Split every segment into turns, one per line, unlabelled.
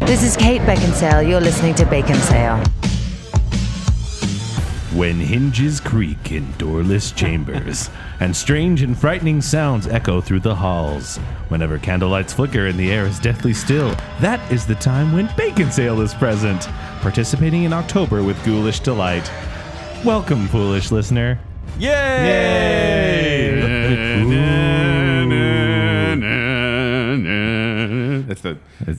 This is Kate Beckinsale. You're listening to Baconsale.
When hinges creak in doorless chambers, and strange and frightening sounds echo through the halls, whenever candlelights flicker and the air is deathly still, that is the time when Bacon Sale is present, participating in October with Ghoulish Delight. Welcome, foolish listener.
That's the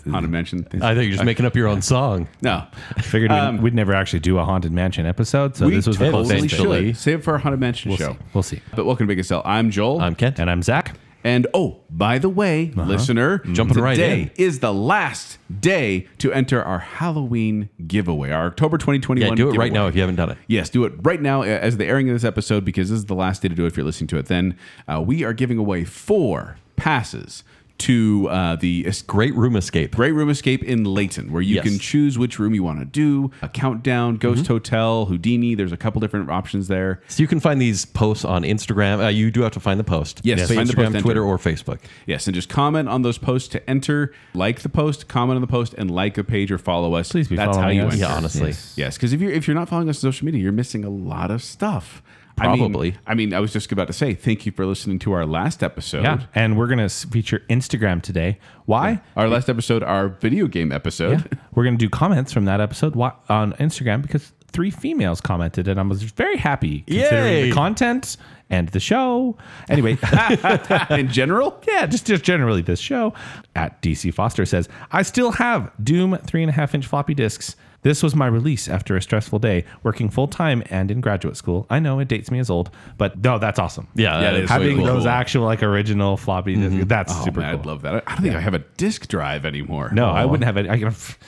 haunted mansion. Thing.
I think you're just making up your own song.
no,
Figured we'd, we'd never actually do a haunted mansion episode, so this was the
totally
closest
should.
Billy.
Save it for our haunted mansion show.
We'll see.
But welcome to Biggest Sell. I'm Joel.
I'm Kent.
And I'm Zach.
and oh, by the way, listener,
Jumping right
today
in.
is the last day to enter our Halloween giveaway, our October 2021.
yeah, do it right
giveaway.
now if you haven't done it.
Yes, do it right now uh, as the airing of this episode because this is the last day to do it if you're listening to it then. Uh, we are giving away four passes to uh, the es-
Great room escape.
Great Room Escape in Layton, where you
Yes.
can choose which room you want to do a countdown, Ghost Hotel, Houdini. There's a couple different options there.
So you can find these posts on Instagram. Uh, you do have to find the post.
Yes,
But
find the
Instagram,
post, enter.
Twitter, or Facebook.
Yes, and just comment on those posts to enter, like the post, comment on the post, and like the page or follow us.
Please be
That's
following
how you
us.
enter.
Yeah, honestly.
Yes, because if you're if you're not following us on social media, you're missing a lot of stuff. I mean-
Probably.
I mean, I was just about to say thank you for listening to our last episode.
Yeah, and we're gonna s- feature Instagram today. Why?
Our last episode, our video game episode.
Yeah. We're going to do comments from that episode wa- on Instagram because three females commented and I was very happy considering
Yay.
the content and the show. Anyway,
In general,
yeah, just, just generally this show. At DC Foster says, I still have Doom three and a half inch floppy disks. This was my release after a stressful day working full time and in graduate school. I know it dates me as old, but no, that's awesome.
Yeah,
Yeah,
that
it
is
is
Having
way cool.
those actual like original floppy disks, that's
oh,
super
man,
cool.
I'd love that. I- I don't think I have a disk drive anymore.
no, I wouldn't have it. I,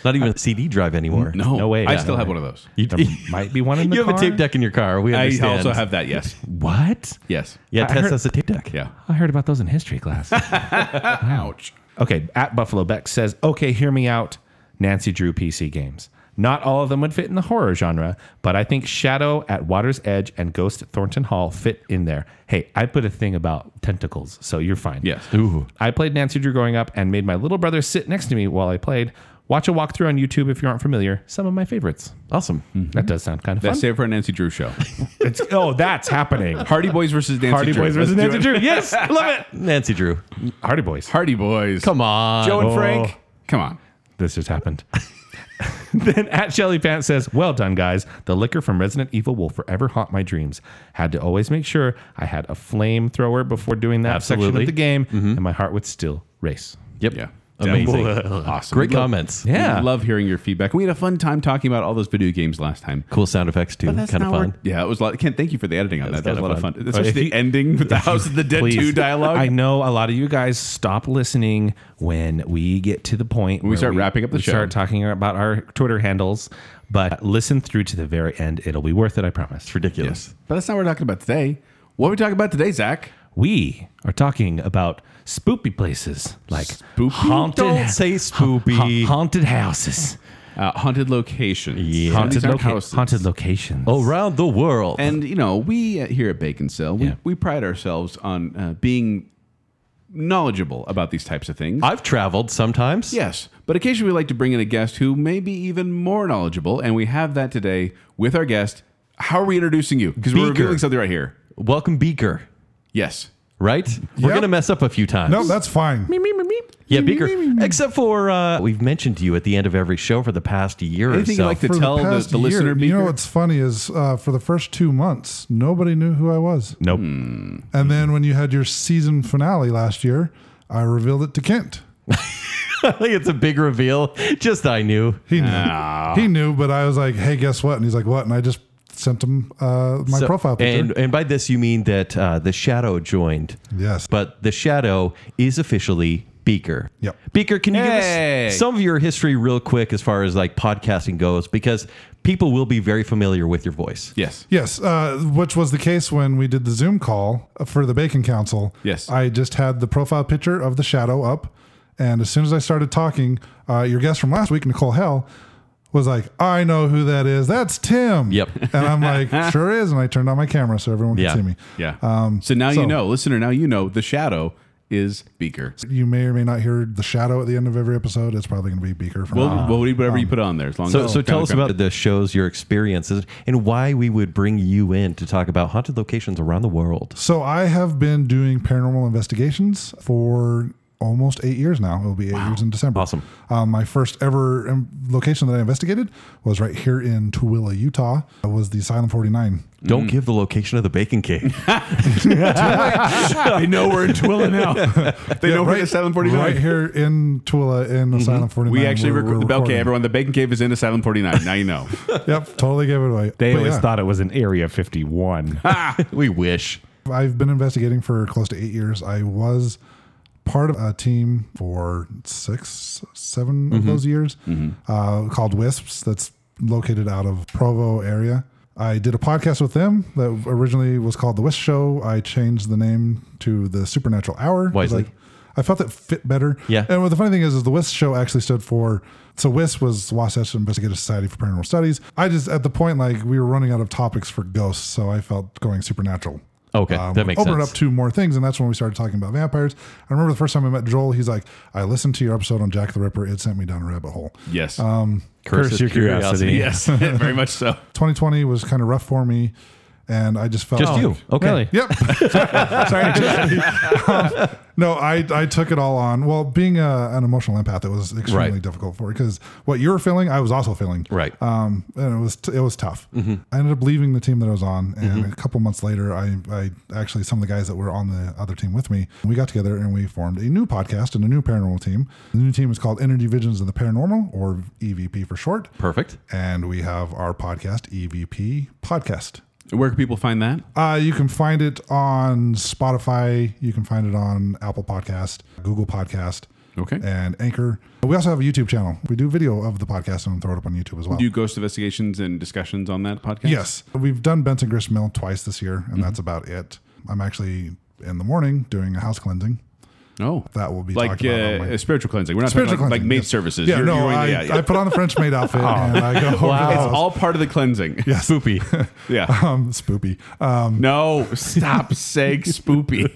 Not even a CD drive anymore.
no,
No way,
I
yeah,
still
no
have
way.
one of those.
there might be one in the
You have a
car.
tape deck in your car. We
I
understand.
also have that. Yes,
What?
yes,
Yeah,
I
Tess
heard-
has a tape deck.
yeah.
I heard about those in history class.
Ouch.
okay, at Buffalo Beck says, okay, hear me out. Nancy Drew PC games. Not all of them would fit in the horror genre, but I think Shadow at Water's Edge and Ghost at Thornton Hall fit in there. Hey, I put a thing about tentacles, so you're fine.
Yes.
Ooh.
I played Nancy Drew growing up and made my little brother sit next to me while I played. Watch a walkthrough on YouTube if you aren't familiar. Some of my favorites.
Awesome.
That does sound kind of
That's
fun.
it for a Nancy Drew show.
It's, oh, that's happening.
Hardy Boys versus Nancy
Hardy
Drew.
Boys
Let's
versus
do
Nancy
it.
Drew. Yes, love it.
Nancy Drew.
Hardy Boys.
Hardy Boys.
Come on.
Joe and
Oh.
Frank. Come on.
this just happened. then at Shelly Pants says, Well done, guys. The liquor from Resident Evil will forever haunt my dreams. Had to always make sure I had a flamethrower before doing that section
Absolutely.
of the game,
Mm-hmm.
and my heart would still race.
Yep.
Yeah.
Amazing.
Awesome.
Great
We love-
comments.
Yeah.
We love hearing your feedback. We had a fun time talking about all those video games last time.
Cool sound effects too. Kind of
not
fun.
where- Yeah, it was a lot. Ken, thank you for the editing on that. That was a
kinda
lot of
fun.
fun. Especially the ending with the House of the Dead 2 dialogue.
I know a lot of you guys stop listening when we get to the point when
we start wrapping up the show.
start talking about our Twitter handles, but listen through to the very end. It'll be worth it, I promise.
It's ridiculous.
Yes. But that's not what we're talking about today. What are we talking about today, Zach?
We are talking about spoopy places like
Spoopy?
haunted
Don't say spoopy.
ha- haunted houses,
Uh, haunted locations.
Yeah.
haunted,
These aren't
loca-
houses.
haunted locations.
Around the world.
And, you know, we uh, here at Bacon Cell, we,
Yeah.
we pride ourselves on uh, being knowledgeable about these types of things.
I've traveled sometimes.
Yes, but occasionally we like to bring in a guest who may be even more knowledgeable, and we have that today with our guest. How are we introducing you? Because we're
Beaker.
revealing something right here.
Welcome Beaker.
Yes.
Right? We're
Yep.
gonna mess up a few times.
No, that's fine.
yeah, Beaker. Except for uh, we've mentioned you at the end of every show for the past year
Anything
or so.
you'd like to tell the, the listener,
you know
Beaker?
what's funny is uh, for the first two months, nobody knew who I was,
Nope.
and then when you had your season finale last year, I revealed it to Kent.
it's a big reveal. Just I knew.
He knew,
Ah.
he knew, but I was like, "Hey, guess what?" And he's like, "What?" And I just sent him uh, my
So-
profile picture.
and and by this you mean that uh, the shadow joined.
Yes.
But the shadow is officially Beaker.
Yep.
Beaker, can you
Hey.
give us some of your history real quick as far as like podcasting goes? Because people will be very familiar with your voice.
Yes.
Yes, uh, which was the case when we did the Zoom call for the Bacon Council.
Yes.
I just had the profile picture of the shadow up, and as soon as I started talking, uh, your guest from last week, Nicole Hell, was like, "I know who that is. That's Tim."
Yep.
And I'm like, "Sure is." And I turned on my camera so everyone
Yeah.
could see me.
Yeah. so now you
Um, so-
know, listener, now you know the shadow is Beaker.
You may or may not hear the shadow at the end of every episode. It's probably going to be Beaker from
We'll,
now on.
we'll read whatever you put on there. As long
So,
as
so tell us about the shows, your experiences, and why we would bring you in to talk about haunted locations around the world.
So I have been doing paranormal investigations for almost eight years now. It'll be eight years in December.
Awesome.
Um, my first ever um, location that I investigated was right here in Tooele, Utah. It was the Asylum 49.
Mm.
Don't give the location of the bacon cake.
they know we're in Twilla now. they know we're in
right-
Asylum 49.
Right here in Tooele in Asylum 49.
Mm-hmm. We actually
We're-
record
we're
the bell
recording.
cave. Everyone, the Bacon Cave is in Asylum 49. Now you know.
Yep, totally gave it away.
They
But
always
yeah,
thought it was an Area 51.
we wish.
I've been investigating for close to eight years. I was part of a team for six, seven
Mm-hmm.
of those years uh, called Wisps. That's located out of Provo area. I did a podcast with them that originally was called The Wisp Show. I changed the name to The Supernatural Hour. 'cause
Wisely.
I- I felt it fit better.
Yeah.
And what the funny thing is, is the WISP show actually stood for. So WISP was Wasatch Investigative Society for Paranormal Studies. I just at the point like we were running out of topics for ghosts, so I felt going supernatural.
Okay, that makes
Um, opened it
sense.
up to more things, and that's when we started talking about vampires. I remember the first time I met Joel. He's like, "I listened to your episode on Jack the Ripper. It sent me down a rabbit hole."
Yes.
Um,
Curse your curiosity.
yes. Very much so.
2020 was kind of rough for me, and I just felt
Just you. Okay.
Really?
Yep. Sorry. Um, no, I, I took it all on. Well, being a, an emotional empath, it was extremely
Right.
difficult for because what you were feeling, I was also feeling.
Right. Mm-hmm.
Um, and it was it was tough. I ended up leaving the team that I was on, and a couple months later, I I actually some of the guys that were on the other team with me, we got together and we formed a new podcast and a new paranormal team. The new team is called Energy Visions of the Paranormal, or EVP for short.
Perfect.
And we have our podcast, EVP Podcast.
Where can people find that?
Uh, you can find it on Spotify. You can find it on Apple Podcast, Google Podcast,
Okay.
and Anchor. We also have a YouTube channel. We do video of the podcast and throw it up on YouTube as well.
Do ghost investigations and discussions on that podcast?
yes, we've done Benson Grist Mill twice this year, and that's about it. I'm actually in the morning doing a house cleansing.
Oh.
That will be
like
talked
uh,
about on my-
a spiritual clensing. We're not
Spiritual
talking like, like
cleansing,
maid
yes.
services.
Yeah,
You're-
no,
you're-
I,
yeah, Oh. yeah.
I put on the French maid outfit and I go over to the
It's
house.
all part of the cleansing.
Spoopy.
Yeah.
um, spoopy. Um,
No, stop saying spoopy.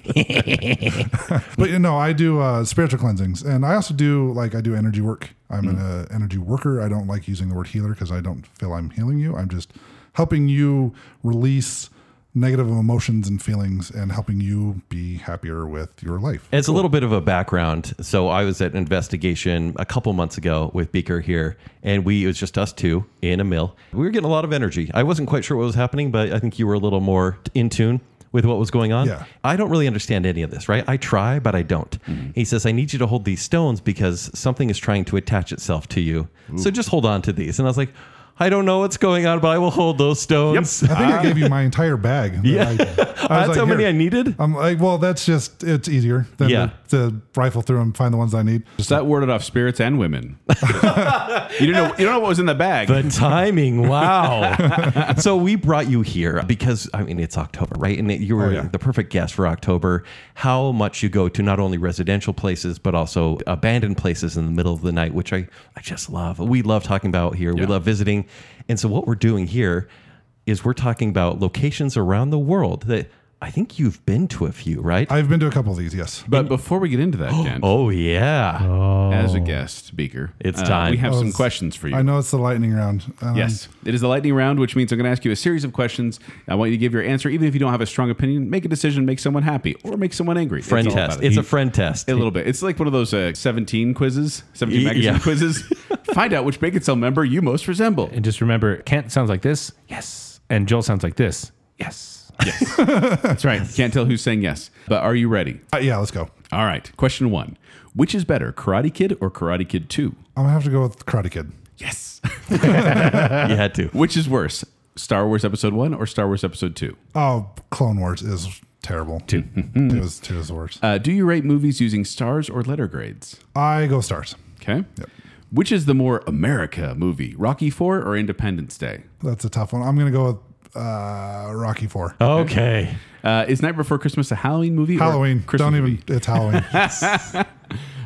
but you know, I do uh, spiritual cleansings, and I also do like I do energy work. I'm
Mm.
an uh, energy worker. I don't like using the word healer because I don't feel I'm healing you. I'm just helping you release negative emotions and feelings, and helping you be happier with your life.
As a little bit of a background, so I was at an investigation a couple months ago with Beaker here, and we it was just us two in a mill. We were getting a lot of energy. I wasn't quite sure what was happening, but I think you were a little more in tune with what was going on.
Yeah.
I don't really understand any of this, right? I try, but I don't.
Mm-hmm.
He says, I need you to hold these stones because something is trying to attach itself to you. So just hold on to these. And I was like, I don't know what's going on, but I will hold those stones.
I think I gave you my entire bag. Yeah, I, I was
That's how many
"Here."
I needed.
I'm like, well, that's just it's easier than
Yeah.
to, to rifle through and find the ones I need.
Just that worded off spirits and women. you didn't know. You don't know what was in the bag.
The timing, wow. so we brought you here because I mean it's October, right? And you were
yeah.
the perfect guest for October. How much you go to not only residential places but also abandoned places in the middle of the night, which I I just love. We love talking about here. We
Yeah.
love visiting. And so what we're doing here is we're talking about locations around the world that I think you've been to a few, right?
I've been to a couple of these. Yes.
but before we get into that, Jen,
oh yeah.
as a guest speaker, uh,
It's time.
We have
Oh,
some
it's-
questions for you.
I know it's the lightning round. Um, and I'm-
Yes, Um, it is the lightning round, which means I'm going to ask you a series of questions. I want you to give your answer, even if you don't have a strong opinion. Make a decision, make someone happy, or make someone angry.
friend
It's all
test.
about it.
It's a friend test.
a little bit. It's like one of those uh, 17 quizzes, 17
Y-
magazine
yeah.
quizzes. Find out which Bacon Cell member you most resemble.
And just remember, Kent sounds like this. Yes. And Joel sounds like this. Yes.
That's right. Can't tell who's saying yes. But are you ready?
Uh, yeah. Let's go.
All right. Question one: Which is better, Karate Kid or Karate Kid Two?
I'm gonna have to go with Karate Kid.
Yes.
you had to.
which is worse, Star Wars Episode One or Star Wars Episode Two?
Oh, Clone Wars is terrible. Two. it was two is the worst.
Uh, do you rate movies using stars or letter grades?
I go stars.
Okay. Which is the more America movie, Rocky Four or Independence Day?
That's a tough one. I'm gonna go with uh, Rocky Four.
Oh, Okay.
Uh, is Night Before Christmas a Halloween movie? or
Halloween.
Christmas
Don't even.
movie?
It's Halloween.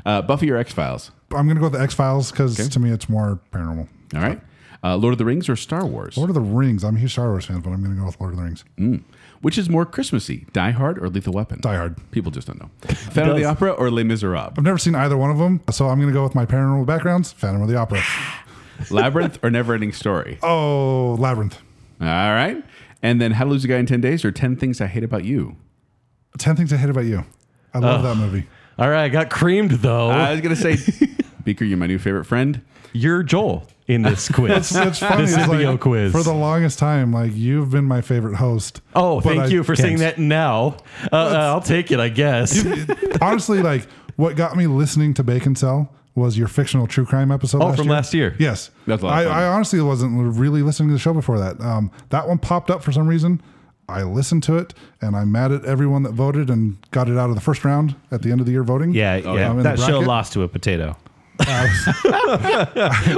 Uh, Buffy or X Files?
I'm gonna go with the X Files because to me it's more paranormal.
All right. Uh, Lord of the Rings or Star Wars?
Lord of the Rings. I'm a huge Star Wars fan, but I'm going to go with Lord of the Rings.
Mm.
Which is more Christmassy, Die Hard or Lethal Weapon?
Die Hard.
People just don't know. Phantom of the Opera or Les Miserables?
I've never seen either one of them, so I'm going to go with my paranormal backgrounds. Phantom of the Opera.
Labyrinth or Neverending Story?
Oh, Labyrinth.
All right. And then How to Lose a Guy in 10 Days or 10 Things I Hate About You?
Ten Things I Hate About You. I love that movie.
All right, I got creamed though.
I was going to say, Beaker, you're my new favorite friend.
You're Joel in this quiz.
It's funny.
This
it's
is the O
like,
quiz.
For the longest time, like you've been my favorite host.
oh,
but
thank
I-
you for saying that now. Uh, uh, I'll take it, I guess.
Honestly, like what got me listening to Bacon Cell was your fictional true crime episode.
Oh, from
year.
last year.
Yes,
That's a lot
I,
of fun.
I honestly wasn't really listening to the show before that. Um, that one popped up for some reason. I listened to it, and I'm mad at everyone that voted and got it out of the first round at the end of the year voting.
Yeah,
Oh,
yeah.
Um, in
That
the
show
bracket.
lost to a potato.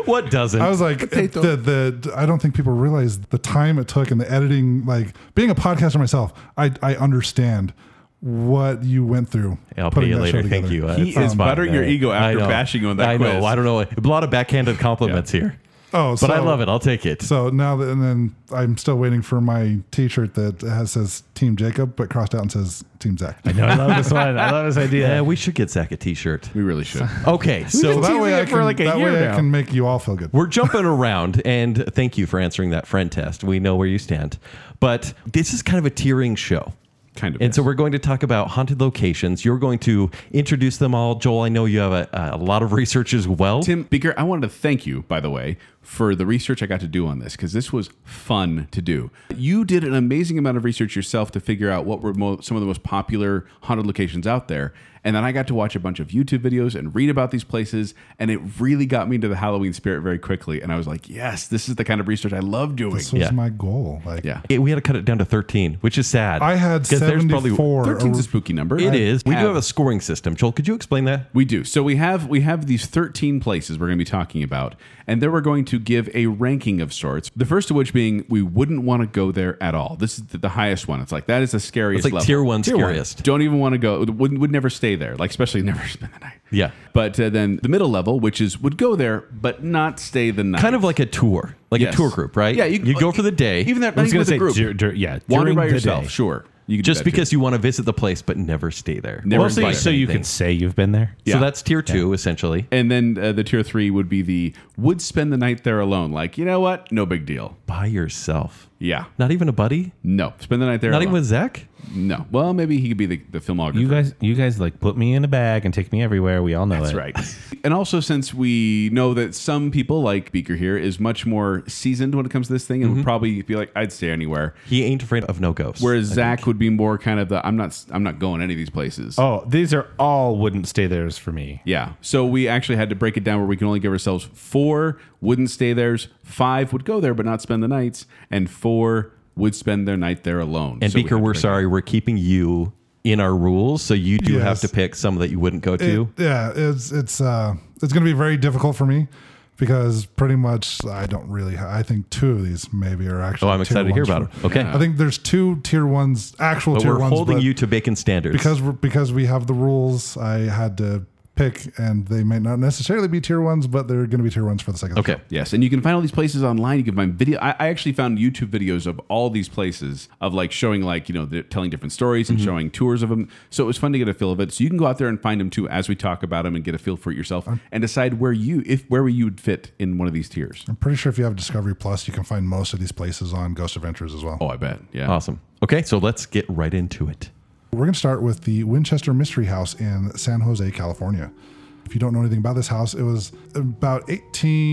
What doesn't?
I was uh, like, the, the I don't think people realize the time it took and the editing. Like being a podcaster myself, I I understand what you went through.
I'll pay
putting
you
that show
later. Thank
together.
you. Uh,
He
it's
is
fine.
buttering your
I-
ego
I
after
know.
bashing you on that
I know.
quiz.
I don't know. A lot of backhanded compliments here.
Oh,
But I love it. I'll take it.
So now that, and then I'm still waiting for my T-shirt that has says Team Jacob, but crossed out and says Team Zach.
I know. I love this one. I love this idea.
yeah, we should get Zach a T-shirt.
We really should.
Okay, so
been teasing it for like a
that
year
way
now.
I can make you all feel good.
We're jumping around, and thank you for answering that friend test. We know where you stand. But this is kind of a tiering show.
Kind of,
And so
yes.
we're going to talk about haunted locations. You're going to introduce them all. Joel, I know you have a, a lot of research as well.
Tim Beaker, I wanted to thank you, by the way, for the research I got to do on this because this was fun to do. You did an amazing amount of research yourself to figure out what were mo- some of the most popular haunted locations out there. And then I got to watch a bunch of YouTube videos and read about these places. And it really got me into the Halloween spirit very quickly. And I was like, yes, this is the kind of research I love doing.
This was
Yeah.
my goal. Like,
yeah.
It- we had to cut it down to 13, which is sad.
I had
'Cause there's probably-
74.
13's a spooky number.
It is. We do
Have-
have a scoring system. Joel, could you explain that?
We do. So we have we have these 13 places we're going to be talking about, and then we're going to give a ranking of sorts. The first of which being we wouldn't want to go there at all. This is the, the highest one. It's like that is the
It's
scariest.
like
level.
tier one scariest.
Don't even want to go. Would would never stay there. Like especially never spend the night.
Yeah.
But uh, then the middle level, which is would go there but not stay the night.
Kind of like a tour, like
Yes.
a tour group, right?
Yeah.
You, go for the day.
Even that.
I was
even
gonna
with a
say
group.
dur- dur- yeah,
Wander
during
by
the
yourself.
day.
Sure. You can do
just
that too.
because you want to visit the place but never stay there.
Never
Mostly
invite
so you
anything.
can say you've been there.
Yeah.
So that's tier two, essentially.
And then uh, the tier three would be the would spend the night there alone. Like you know what? No big deal.
By yourself.
Yeah.
Not even a buddy?
No, spend the night there.
Not
alone.
even with Zach?
No. Well, maybe he could be the, the filmographer.
You guys, you guys like put me in a bag and take me everywhere. We all know
That's
it.
right. and also, since we know that some people like Beaker here is much more seasoned when it comes to this thing and
Mm-hmm.
would probably be like, I'd stay anywhere.
He ain't afraid of no ghosts.
Whereas Zach would be more kind of the I'm not I'm not going any of these places.
Oh, these are all wouldn't stay theirs for me.
Yeah. So we actually had to break it down where we can only give ourselves four wouldn't stay theirs, five would go there but not spend the nights, and four would spend their night there alone.
and
So we
Beaker,
had to
we are
break it
sorry. We're keeping you in our rules. So you do have
Yes.
to pick some that you wouldn't go
It-
to.
yeah, it's it's uh, it's going to be very difficult for me because pretty much I don't really. ha- I think two of these maybe are actually.
oh, I'm
tier
excited to hear
ones
about
for-
it. Okay.
I think there's two tier ones, actual
But
tier
we're
ones,
holding
but
you to bacon standards.
because we're, because we have the rules. I had to pick, and they might not necessarily be tier ones, but they're going to be tier ones for the second.
Okay.
show.
Yes, and you can find all these places online. You can find video. I, I actually found YouTube videos of all these places of like showing like you know the, telling different stories
Mm-hmm.
and showing tours of them. So it was fun to get a feel of it. So you can go out there and find them too as we talk about them and get a feel for it yourself and decide where you if where you would fit in one of these tiers.
I'm pretty sure if you have Discovery Plus, you can find most of these places on Ghost Adventures as well.
Oh, I bet. Yeah.
Awesome. Okay. So let's get right into it.
We're going to start with the Winchester Mystery House in San Jose, California. If you don't know anything about this house, it was about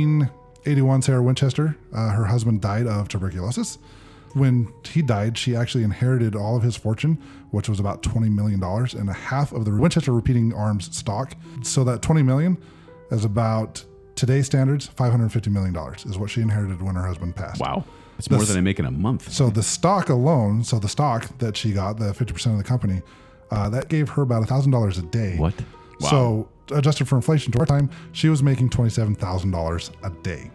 1881. Sarah Winchester, uh, her husband died of tuberculosis. When he died, she actually inherited all of his fortune, which was about 20 million dollars, and a half of the Winchester Repeating Arms stock. So that 20 million is about today's standards 550 million dollars is what she inherited when her husband passed.
Wow. It's more than I make in a month.
So the stock alone, so the stock that she got, the fifty percent of the company, uh, that gave her about thousand dollars a day.
What?
So adjusted for inflation to our time, she was making twenty-seven thousand dollars a day.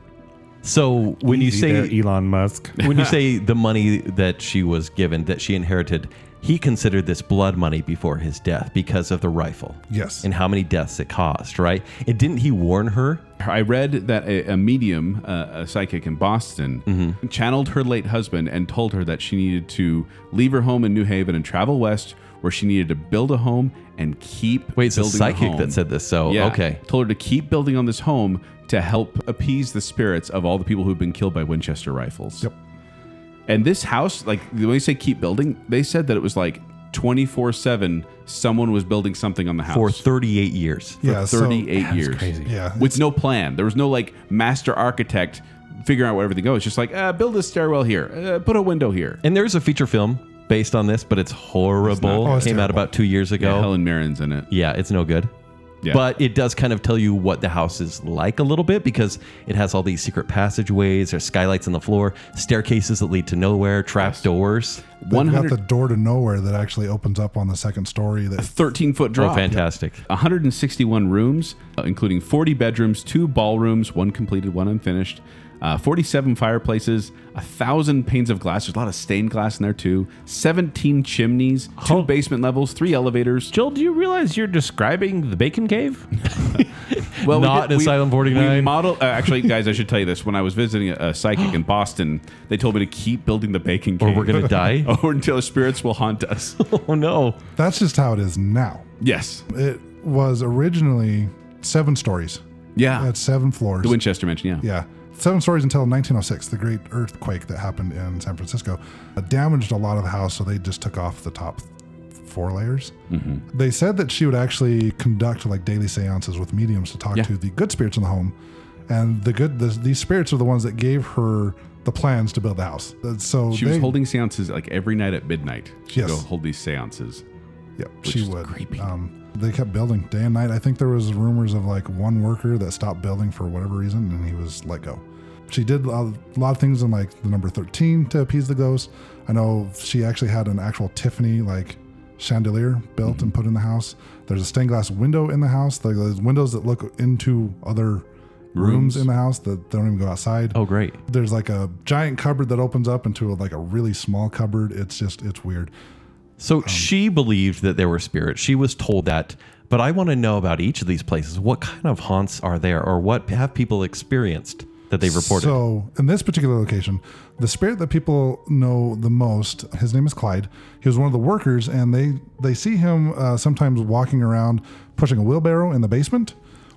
So when you
Either
say
Elon Musk.
when you say the money that she was given that she inherited, He considered this blood money before his death because of the rifle.
Yes.
And how many deaths it caused, right? And didn't he warn her?
I read that a, a medium, uh, a psychic in Boston,
Mm-hmm.
channeled her late husband and told her that she needed to leave her home in New Haven and travel west, where she needed to build a home and keep.
Wait, it's a
building
psychic
home.
that said this, so, okay.
Told her to keep building on this home to help appease the spirits of all the people who've been killed by Winchester rifles.
Yep.
And this house, like when they say keep building, they said that it was like twenty four seven. Someone was building something on the house
For 38 years.
yeah, so-
38 years.
Yeah,
With no plan. There was no like master architect figuring out where everything goes. Just like, uh, build a stairwell here, uh, put a window here.
And there's a feature film based on this, but it's horrible.
Oh, it's
Came out
terrible.
about two years ago.
Yeah, Helen Mirren's in it.
Yeah, it's no good.
Yeah.
But it does kind of tell you what the house is like a little bit because it has all these secret passageways, there's skylights on the floor, staircases that lead to nowhere, trap doors.
They've got
100
the door to nowhere that actually opens up on the second story. That
13 foot drop.
Oh, fantastic.
161 rooms, uh, including 40 bedrooms, two ballrooms, one completed, one unfinished, uh, 47 fireplaces, a thousand panes of glass. There's a lot of stained glass in there too. 17 chimneys, two basement levels, three elevators.
Joel, do you realize you're describing the Bacon Cave?
Well,
Not in Asylum
We
49.
model, uh, actually, guys, I should tell you this. When I was visiting a, a psychic in Boston, they told me to keep building the bacon cave.
Or we're going to die.
or until spirits will haunt us.
oh, no.
that's just how it is now.
yes.
It was originally seven stories.
Yeah.
At seven floors.
the Winchester Mansion, yeah.
Yeah. Seven stories until 1906, the great earthquake that happened in San Francisco uh, damaged a lot of the house, so they just took off the top four layers.
Mm-hmm.
They said that she would actually conduct like daily seances with mediums to talk
Yeah.
to the good spirits in the home, and the good the, these spirits are the ones that gave her the plans to build the house. Uh, So
She
they,
was holding seances like every night at midnight. She'd
Yes.
go hold these seances.
Yep,
which
she
is
would.
creepy.
Um, they kept building day and night. I think there was rumors of like one worker that stopped building for whatever reason, and he was let go. She did a lot a lot of things in like the number thirteen to appease the ghost. I know she actually had an actual Tiffany like chandelier built
Mm-hmm.
and put in the house. There's a stained glass window in the house. Like those windows that look into other rooms in the house that don't even go outside.
Oh, great.
There's like a giant cupboard that opens up into like a really small cupboard. It's just it's weird.
So she believed that there were spirits. She was told that. But I want to know about each of these places. What kind of haunts are there or what have people experienced that they've reported?
So, in this particular location, the spirit that people know the most, his name is Clyde. He was one of the workers, and they they see him uh, sometimes walking around pushing a wheelbarrow in the basement,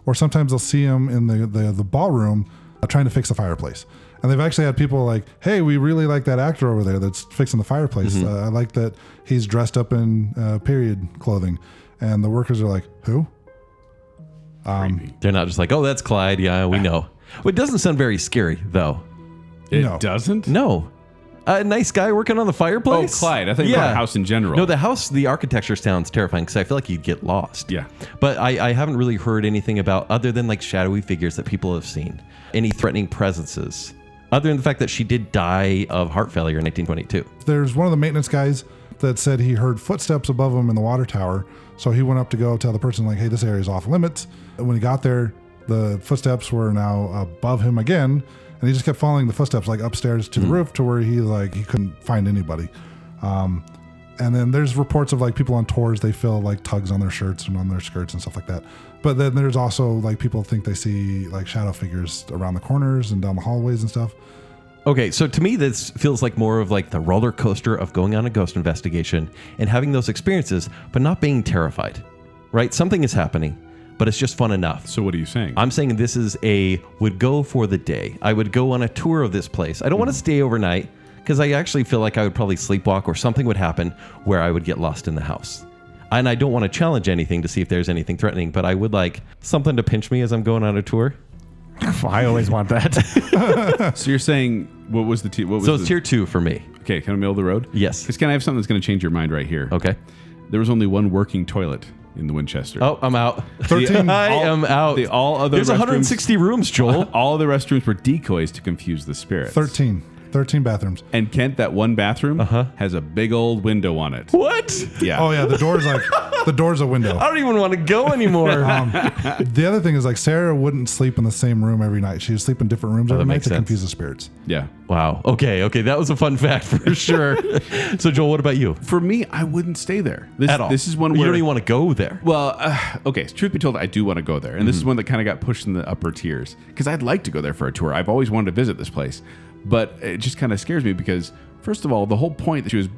or sometimes they'll see him in the the, the ballroom uh, trying to fix the fireplace. And they've actually had people like, "Hey, we really like that actor over there that's fixing the fireplace. Uh, I like that he's dressed up in uh, period clothing." And the workers are like, "Who?"
They're not just like, oh, that's Clyde. Yeah, we know. Well, it doesn't sound very scary, though.
It
No.
doesn't?
No. A nice guy working on the
Oh,
fireplace?
Clyde. I think about the house in general.
No, the house, the architecture sounds terrifying because I feel like you'd get lost.
Yeah.
But I, I haven't really heard anything about other than like shadowy figures that people have seen, any threatening presences, other than the fact that she did die of heart failure in 1922.
there's one of the maintenance guys that said he heard footsteps above him in the water tower. So he went up to go tell the person, like, hey, this area's off limits. And when he got there, the footsteps were now above him again. And he just kept following the footsteps, like, upstairs to the roof to where he, like, he couldn't find anybody. Um, and then there's reports of like people on tours they feel like tugs on their shirts and on their skirts and stuff like that. But then there's also like people think they see like shadow figures around the corners and down the hallways and stuff.
Okay, so to me, this feels like more of like the roller coaster of going on a ghost investigation and having those experiences, but not being terrified, right? Something is happening, but it's just fun enough.
So what are you saying?
I'm saying this is a would go for the day. I would go on a tour of this place. I don't
Mm-hmm.
want to stay overnight because I actually feel like I would probably sleepwalk or something would happen where I would get lost in the house. And I don't want to challenge anything to see if there's anything threatening, but I would like something to pinch me as I'm going on a tour.
I always want that.
so you're saying what was the t- what was
So it's
the-
tier two for me.
Okay, kind of middle of the road.
Yes.
Because can I have something that's going to change your mind right here?
Okay.
There was only one working toilet in the Winchester.
Oh, I'm out.
13
I
all-
am out.
the all other
There's
restrooms- Uh-huh.
160 rooms, Joel.
All the restrooms were decoys to confuse the spirits.
13, 13 bathrooms.
And
Uh-huh.
Kent, that one bathroom has a big old window on it.
what?
Yeah.
Oh yeah, the door's like the door's a window. Um,
I don't even want to go anymore.
The other thing is like Sarah wouldn't sleep in the same room every night. She would sleep in different rooms every night
Oh, makes
to
sense.
confuse the spirits.
Yeah.
wow. Okay. Okay. That was a fun fact for sure. so, Joel, what about you?
For me, I wouldn't stay there this,
At all?
This is one
you
where
don't even want to go there.
Well, uh, okay. so Truth be told, I do want to go there, and this is
Mm-hmm.
one that kind of got pushed in the upper tiers because I'd like to go there for a tour. I've always wanted to visit this place, but it just kind of scares me because, first of all, the whole point that she was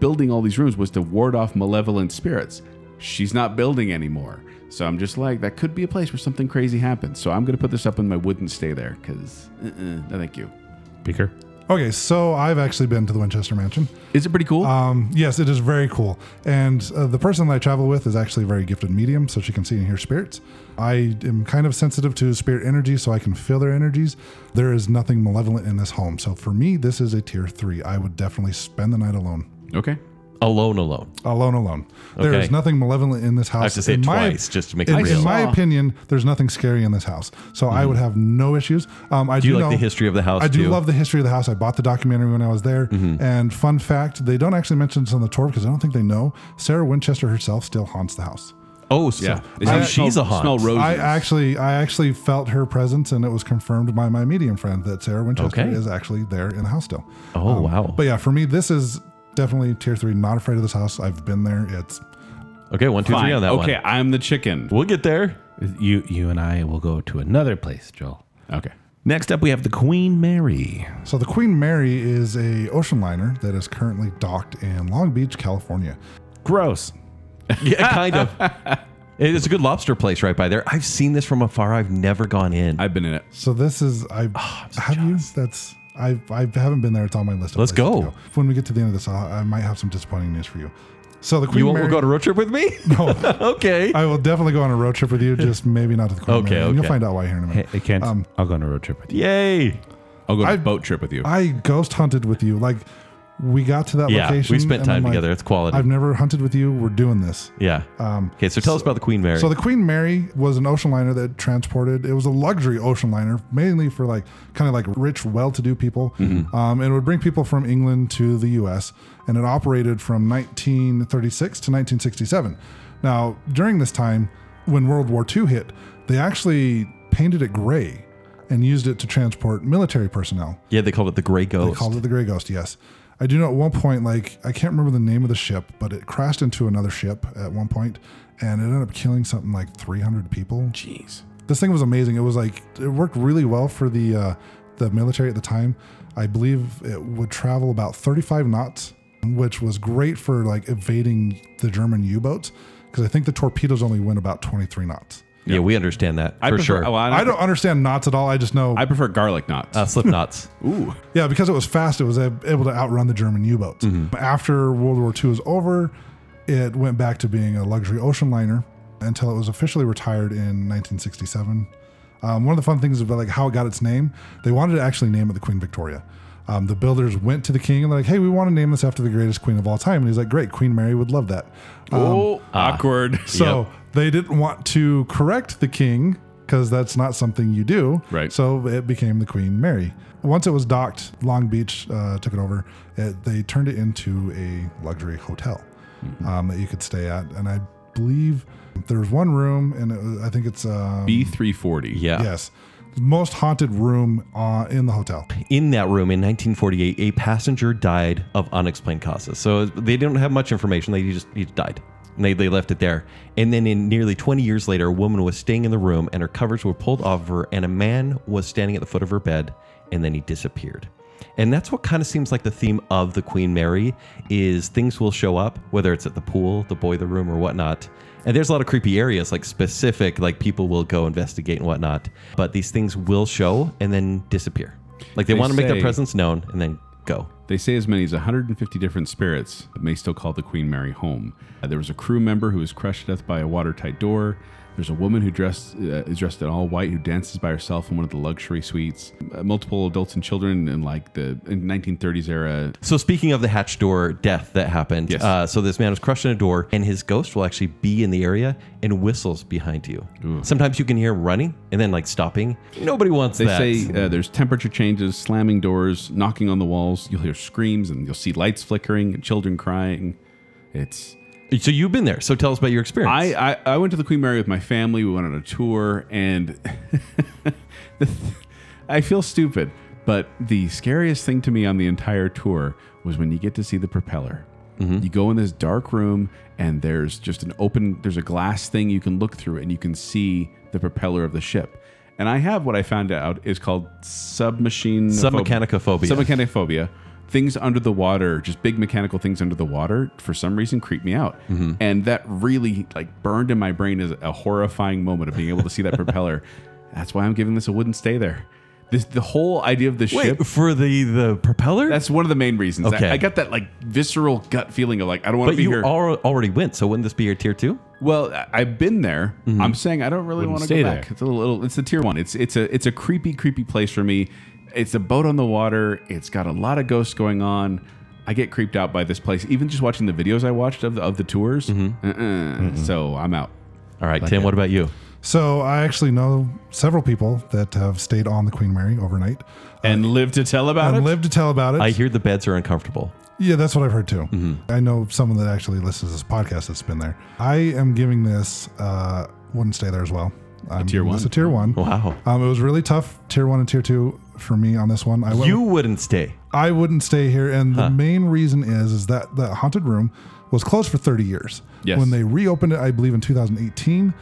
building all these rooms was to ward off malevolent spirits. She's not building anymore, so I'm just like, that could be a place where something crazy happens. So I'm gonna put this up in my wouldn't stay there because, uh-uh, no, thank you.
Beaker.
Okay, so I've actually been to the Winchester Mansion.
Is it pretty cool?
Um, yes, it is very cool. And uh, the person that I travel with is actually a very gifted medium, so she can see and hear spirits. I am kind of sensitive to spirit energy, so I can feel their energies. There is nothing malevolent in this home. So for me, this is a tier three. I would definitely spend the night alone.
okay.
Alone, alone.
Alone, alone. There
Okay.
is nothing malevolent in this house. I
have to say it twice just to make it
in,
real. Hmm.
In my
Saw-
opinion, there's nothing scary in this house, so I would have no issues. Um, I do,
you like
know-
the history of the house,
I do
too? Mm-hmm.
love the history of the house. I bought the documentary when I was there. And fun fact, they don't actually mention this on the tour because I don't think they know. Sarah Winchester herself still haunts the house.
Oh, so,
Yeah.
so
I
she's
smell-
a haunt.
Smell roses.
I actually, I actually felt her presence, and it was confirmed by my medium friend that Sarah Winchester
Okay.
is actually there in the house still.
Oh, wow.
But yeah, for me, this is definitely tier three. Not afraid of this house. I've been there. It's
okay. One, two, three
Fine.
on that
okay,
one.
I'm the chicken.
We'll get there.
You, you and I will go to another place, Joel.
Okay.
Next up, we have the Queen Mary.
So the Queen Mary is a ocean liner that is currently docked in Long Beach, California.
Gross.
Yeah, kind of. It- It's a good lobster place right by there. I've seen this from afar. I've never gone in.
I've been in it.
So this is I have you. That's I I haven't been there. It's on my list. Of
Let's
places to
go.
When we get to the end of this, I, I might have some disappointing news for you. So the Queen
you won't
Mary.
go on a road trip with me?
no,
okay.
I will definitely go on a road trip with you. Just maybe not to the Queen
Okay,
Mary. and You'll
okay.
find out why here in a minute.
I can't.
Um,
I'll go on a road trip with you.
Yay.
I'll go on a
I-
boat trip with you.
I ghost hunted with you. Like we got to that
Yeah, we
location.
spent
and I'm
time
like,
together. It's quality.
I've never hunted with you. We're doing this.
Yeah. okay, so tell us about the Queen Mary.
So the Queen Mary was an ocean liner that transported. It was a luxury ocean liner, mainly for like kind of like rich, well-to-do people. Um, and it would bring people from England to the U.S. And it operated from 1936 to 1967. Now, during this time, when World War II hit, they actually painted it gray and used it to transport military personnel.
yeah, they called it the Grey
They
Ghost.
called it the Grey Ghost, yes. I do know at one point, like, I can't remember the name of the ship, but it crashed into another ship at one point and it ended up killing something like 300 people.
Jeez.
This thing was amazing. It was like, it worked really well for the, uh, the military at the time. I believe it would travel about 35 knots, which was great for like evading the German U boats because I think the torpedoes only went about 23 knots.
yeah, we understand that for
prefer,
sure.
oh, I
I
don't,
don't understand knots at all. I just know
I prefer garlic knots.
uh, Slipknots.
Ooh.
Yeah, because it was fast, it was ab- able to outrun the German U boats. After World War II was over, it went back to being a luxury ocean liner until it was officially retired in 1967. Um, one of the fun things about like how it got its name, they wanted to actually name it the Queen Victoria. Um, the builders went to the king and they're like, "Hey, we want to name this after the greatest queen of all time." And he's like, "Great, Queen Mary would love that."
oh, awkward.
So they didn't want to correct the king because that's not something you do.
Right.
So it became the Queen Mary. Once it was docked, Long Beach uh, took it over. It, they turned it into a luxury hotel
Mm-hmm.
um, that you could stay at. And I believe there was one room, and it was, I think it's um,
B340.
Yeah.
Yes, most haunted room uh, in the hotel.
In that room in 1948, a passenger died of unexplained causes. So they didn't have much information. They just he died. And they, they left it there. And then in nearly 20 years later, a woman was staying in the room and her covers were pulled off of her and a man was standing at the foot of her bed and then he disappeared. And that's what kind of seems like the theme of the Queen Mary is things will show up, whether it's at the pool, the boiler room, or whatnot. And there's a lot of creepy areas, like specific, like people will go investigate and whatnot. But these things will show and then disappear. Like they,
They
want to make their
say-
presence known and then go.
They say as many as 150 different spirits may still call the Queen Mary home. Uh, there was a crew member who was crushed to death by a watertight door. There's a woman who dressed uh, is dressed in all white who dances by herself in one of the luxury suites. Uh, multiple adults and children in like the in 1930s era.
So speaking of the hatch door death that happened,
Yes.
uh, so this man was crushed in a door, and his ghost will actually be in the area and whistles behind you. Sometimes you can hear him running and then like stopping. Nobody wants
They
that.
say uh, there's temperature changes, slamming doors, knocking on the walls. You'll hear screams and you'll see lights flickering and children crying. It's
So you've been there. So tell us about your experience.
I, I, I went to the Queen Mary with my family. We went on a tour, and the th- I feel stupid, but the scariest thing to me on the entire tour was when you get to see the propeller.
Mm-hmm.
You go in this dark room, and there's just an open, there's a glass thing you can look through, and you can see the propeller of the ship. And I have what I found out is called submachine
Submechanicophobia.
Submechanophobia. Things under the water, just big mechanical things under the water, for some reason creep me out.
Mm-hmm.
And that really like burned in my brain as a horrifying moment of being able to see that propeller. That's why I'm giving this a wouldn't stay there. This the whole idea of the
Wait
ship.
for the the propeller.
That's one of the main reasons. I-
Okay.
I, got that like visceral gut feeling of like I don't want to
but
be
you
here.
al- already went. So wouldn't this be your tier two?
Well, I- I've been there.
Mm-hmm.
I'm saying I don't really
Wouldn't
want to
stay
go
there.
back. It's a little. It's the tier one. It's it's a it's a creepy creepy place for me. It's a boat on the water. It's got a lot of ghosts going on. I get creeped out by this place. Even just watching the videos I watched of the of the tours.
Mm-hmm.
Uh-uh. So I'm out.
All right, Tim. What about you?
So I actually know several people that have stayed on the Queen Mary overnight
And live to tell about
and
it.
lived to tell about it.
I hear the beds are uncomfortable.
Yeah, that's what I've heard too. I know someone that actually listens to this podcast that's been there. I am giving this uh, wouldn't stay there as well. I'm
tier
giving
one?
This a tier one.
Wow.
Um, it was really tough. Tier one and tier two for me on this one. I went
You wouldn't stay.
I wouldn't stay here. And the main reason is is that the haunted room was closed for 30 years.
Yes.
When they reopened it, I believe in 2018,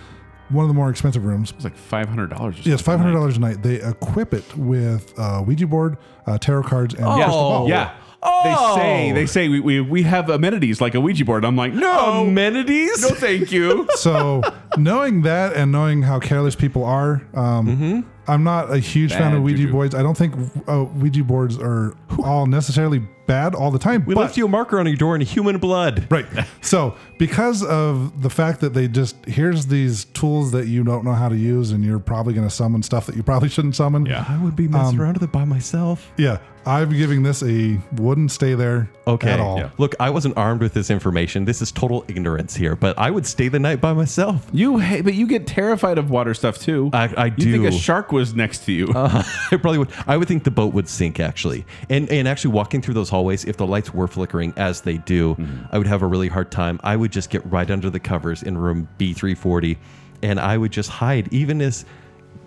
one of the more expensive rooms.
it's like five hundred dollars.
Yes, five hundred dollars a night. They equip it with uh, Ouija board, uh, tarot cards, and crystal ball.
Oh. Yeah. They say
Oh.
they say we, we we have amenities like a Ouija board. I'm like no
Oh.
Amenities.
Oh. no thank you.
So knowing that and knowing how careless people are, um, I'm not a huge fan
Bad
of Ouija
juju.
boards. I don't think uh, Ouija boards are all necessarily bad all the time.
We
but-
left you a marker on your door in human blood.
Right. So, because of the fact that they just here's these tools that you don't know how to use, and you're probably going to summon stuff that you probably shouldn't summon.
Yeah.
I would be messing around with it by myself.
Yeah. I'm giving this a wouldn't stay there
Okay.
at all.
Look, I wasn't armed with this information. This is total ignorance here, but I would stay the night by myself.
You ha- but you get terrified of water stuff too.
I- I
You think
do. Uh,
a shark was next to you?
I probably would. I would think the boat would sink actually, and and actually walking through those hallways, if the lights were flickering as they do,
Mm-hmm.
I would have a really hard time. I would just get right under the covers in room B three forty, and I would just hide, even as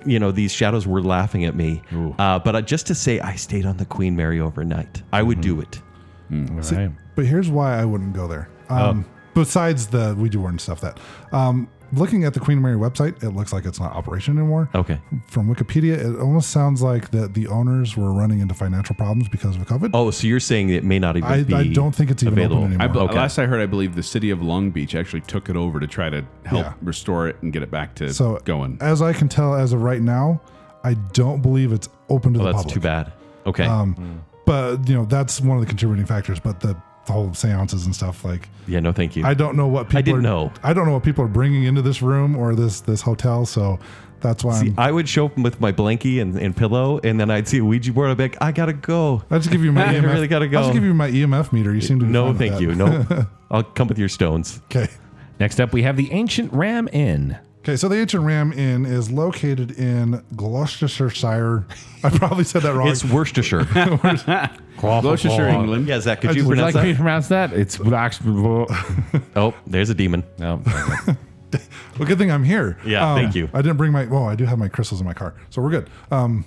you know these shadows were laughing at me. Uh, but I, just to say, I stayed on the Queen Mary overnight. I would
Mm-hmm.
do it.
See, But here's why I wouldn't go there. Um,
Oh.
Besides the Ouija board and stuff, that um, looking at the Queen Mary website, it looks like it's not operation anymore.
Okay.
From Wikipedia, it almost sounds like that the owners were running into financial problems because of COVID.
Oh, so you're saying it may not even
I-
be.
I don't think it's even open
available. oh,
anymore.
I bel-
Okay.
Last I heard, I believe the city of Long Beach actually took it over to try to help
Yeah.
restore it and get it back to
so
going.
as I can tell, as of right now, I don't believe it's open to
Oh,
the
that's
public. Um,
too bad. Okay.
but you know that's one of the contributing factors but the, the whole seances and stuff like
yeah. No, thank you.
i don't know what people
didn't
are,
know.
i don't know what people are bringing into this room or this this hotel so that's why
See,
I'm,
I would show up with my blankie and, and pillow, and then I'd see a Ouija board. I'd be like, I gotta go.
i'll just give you my
I
EMF,
really gotta
i'll
go.
just give you my emf meter you seem to be
No,
fine with
thank
that.
you. No, I'll come with your stones.
okay
Next up, we have the ancient Ram Inn.
okay so the ancient ram inn is located in gloucestershire i probably said that wrong
It's Worcestershire.
Gloucestershire, England.
yeah, Zach, could
I
you
just
Would you
pronounce
like me to
that?
pronounce that? It's no.
Oh, there's a demon.
Well, good thing I'm here.
Yeah,
Um,
thank you.
I didn't bring my. Well, I do have my crystals in my car, so we're good. Um,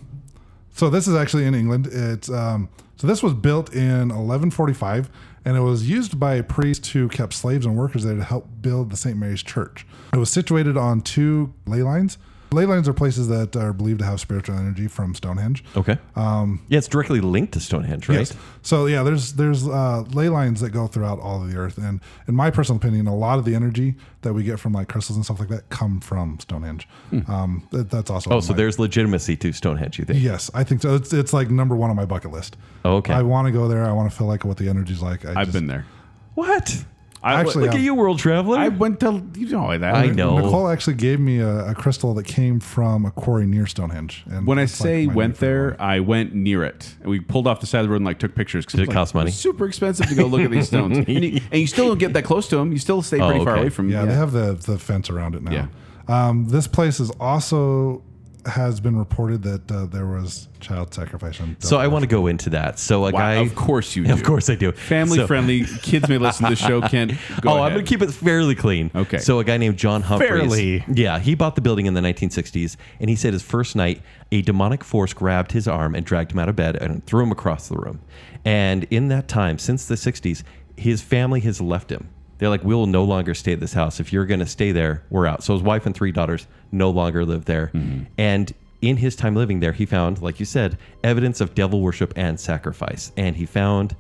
so this is actually in England. It's um, so this was built in 1145, and it was used by a priest who kept slaves and workers there to help build the St. Mary's Church. It was situated on two ley lines. Ley lines are places that are believed to have spiritual energy from Stonehenge.
Okay. Um, yeah, it's directly linked to Stonehenge, right?
Yes. So yeah, there's there's uh, ley lines that go throughout all of the earth, and in my personal opinion, a lot of the energy that we get from like crystals and stuff like that come from Stonehenge. Um, that, that's also
Hmm. Oh, so
my-
there's legitimacy to Stonehenge, you think?
yes, I think so. It's, it's like number one on my bucket list.
Oh, okay.
I want to go there. I want to feel like what the energy's like. I
I've
just-
been there.
What?
I,
Actually,
actually,
Look at
Yeah.
you, world traveler.
I went to you know that.
I know.
Nicole actually gave me a, a crystal that came from a quarry near Stonehenge. And
When I
it's like
say
my new
went there,
favorite one.
I went near it. And we pulled off the side of the road and like took pictures. 'cause
Did
it's,
it
like,
cost money?
Super expensive to go look at these stones, and, you, and you still don't get that close to them. You still stay pretty far
Oh, okay.
away from.
yeah, they have the the fence around it now.
Yeah.
Um, this place is also has been reported that uh, there was child sacrifice. on
So I
Delaware.
want to go into that. So a
Wow,
guy,
of course you do.
of course I do.
Family
So-
friendly. Kids may listen to the show. Kent, go
oh,
ahead.
I'm going to keep it fairly clean.
Okay.
So a guy named John Humphreys.
Fairly.
Yeah, he bought the building in the 1960s, and he said his first night, a demonic force grabbed his arm and dragged him out of bed and threw him across the room. And in that time, since the 60s, his family has left him. They're like, we will no longer stay at this house. If you're going to stay there, we're out. So his wife and three daughters no longer live there.
Mm-hmm.
And in his time living there, he found, like you said, evidence of devil worship and sacrifice. And he found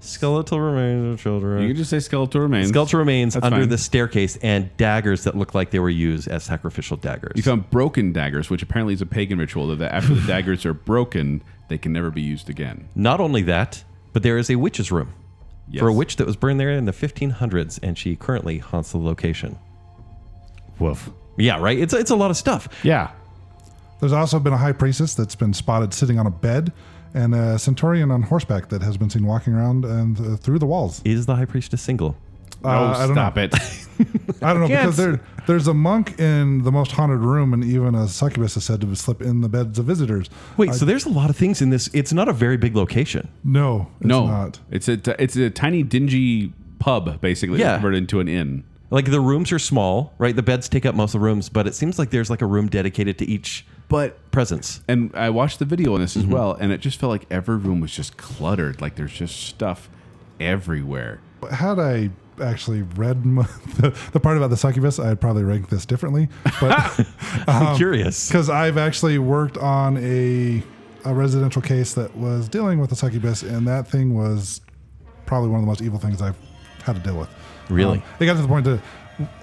skeletal remains of children.
You can just say skeletal remains.
Skeletal remains
That's
under
fine.
the staircase and daggers that look like they were used as sacrificial daggers.
You found broken daggers, which apparently is a pagan ritual that after the daggers are broken, they can never be used again.
Not only that, but there is a witch's room
Yes.
for a witch that was burned there in the 1500s, and she currently haunts the location.
Woof.
Yeah, right. It's it's a lot of stuff.
Yeah.
There's also been a high priestess that's been spotted sitting on a bed, and a centurion on horseback that has been seen walking around and uh, through the walls.
Is the high priestess single?
Oh,
Uh, I don't
stop
know.
it.
I don't know because there, there's a monk in the most haunted room, and even a succubus is said to slip in the beds of visitors.
Wait, so there's a lot of things in this. It's not a very big location.
No, it's
no,
not.
it's a t- it's a tiny dingy pub basically
Yeah.
converted into an inn.
Like the rooms are small, right? The beds take up most of the rooms, but it seems like there's like a room dedicated to each
But
presence.
and I watched the video on this
Mm-hmm.
as well, and it just felt like every room was just cluttered. Like there's just stuff everywhere.
Had I actually read m- the, the part about the succubus, I'd probably rank this differently. But
I'm curious.
because I've actually worked on a a residential case that was dealing with a succubus, and that thing was probably one of the most evil things I've had to deal with.
Really?
Um, it got to the point that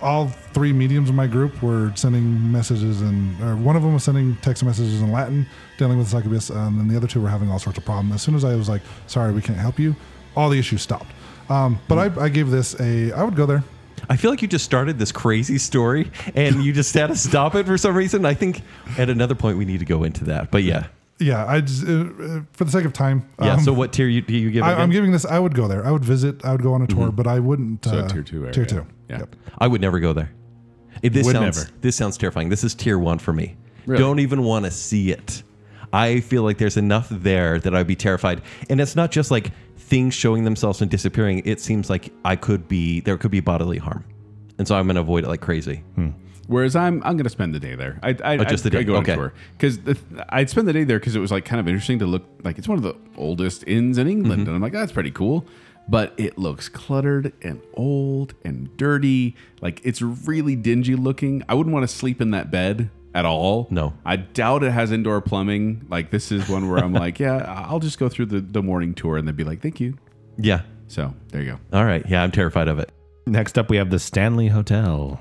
all three mediums in my group were sending messages, and or one of them was sending text messages in Latin dealing with the succubus, um, and the other two were having all sorts of problems. As soon as I was like, "Sorry, we can't help you," all the issues stopped. Um, but I, I gave this a. I would go there.
I feel like you just started this crazy story and you just had to stop it for some reason. I think at another point we need to go into that. But yeah.
Yeah, I just, uh, uh, for the sake of time.
Yeah.
um,
so what tier you, do you give it?
I,
again?
I'm giving this. I would go there. I would visit. I would go on a tour, but I wouldn't.
Mm-hmm.
uh,
So tier two area.
Tier two.
Yeah.
I would never go there. It- this
Would
sounds
never.
this sounds terrifying. This is tier one for me.
Really?
Don't even want to see it. I feel like there's enough there that I'd be terrified. And it's not just like things showing themselves and disappearing. It seems like I could be there could be bodily harm. And so I'm gonna avoid it like crazy.
Whereas I'm I'm gonna spend the day there. I I,
Oh, just the
I,
day.
I go on
Okay.
tour because I'd spend the day there because it was like kind of interesting to look like it's one of the oldest inns in England,
Mm-hmm.
and I'm like that's pretty cool. But it looks cluttered and old and dirty. Like it's really dingy looking. I wouldn't want to sleep in that bed at all.
No.
I doubt it has indoor plumbing. Like this is one where I'm like, yeah, I'll just go through the, the morning tour and then be like, thank you.
Yeah.
So there you go.
All right. Yeah, I'm terrified of it.
Next up, we have the Stanley Hotel.
All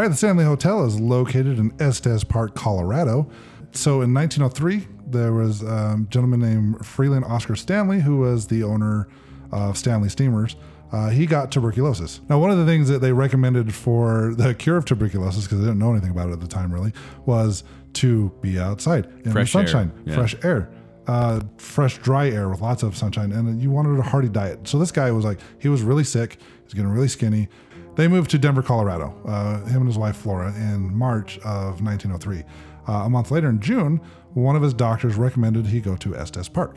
right. The Stanley Hotel is located in Estes Park, Colorado. So in 1903, there was um, a gentleman named Freeland Oscar Stanley, who was the owner of Stanley Steamers. Uh, he got tuberculosis. Now, one of the things that they recommended for the cure of tuberculosis, because they didn't know anything about it at the time, really, was to be outside in
Fresh
the
air.
sunshine,
Yeah.
fresh air, uh, fresh dry air with lots of sunshine, and you wanted a hearty diet. So this guy was like, he was really sick. He was getting really skinny. They moved to Denver, Colorado. Uh, him and his wife Flora in March of 1903. Uh, a month later, in June, one of his doctors recommended he go to Estes Park.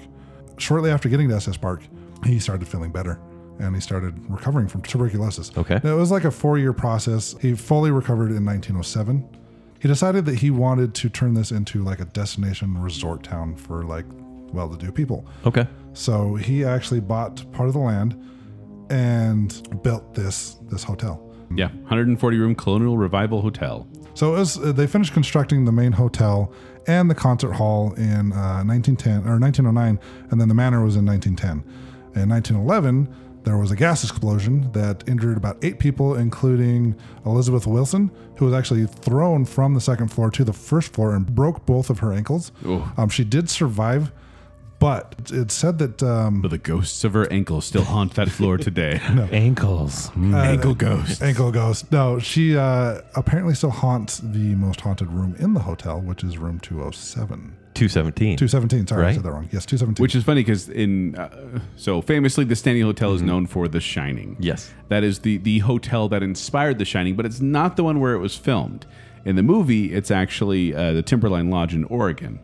Shortly after getting to Estes Park, he started feeling better. And he started recovering from tuberculosis.
Okay.
Now, it was like a four year process. He fully recovered in 1907. He decided that he wanted to turn this into like a destination resort town for like well to do people.
Okay.
So he actually bought part of the land and built this this hotel.
Yeah, 140 room Colonial Revival Hotel.
So it was, uh, they finished constructing the main hotel and the concert hall in uh, 1910 or 1909, and then the manor was in 1910. In 1911, there was a gas explosion that injured about eight people, including Elizabeth Wilson, who was actually thrown from the second floor to the first floor and broke both of her ankles. Um, she did survive, but it's- it's said that um,
But the ghosts of her ankle still haunt that floor today.
Ankles. Mm.
ankle ghost.
Ankle Ghost. No, she uh, apparently still haunts the most haunted room in the hotel, which is room 207.
217.
217. Sorry, I
Right.
said that wrong. Yes, 217.
Which is funny because in uh, so famously, the Stanley Hotel is known for The Shining.
Yes.
that is the the hotel that inspired The Shining, but it's not the one where it was filmed. In the movie, it's actually uh, the Timberline Lodge in Oregon.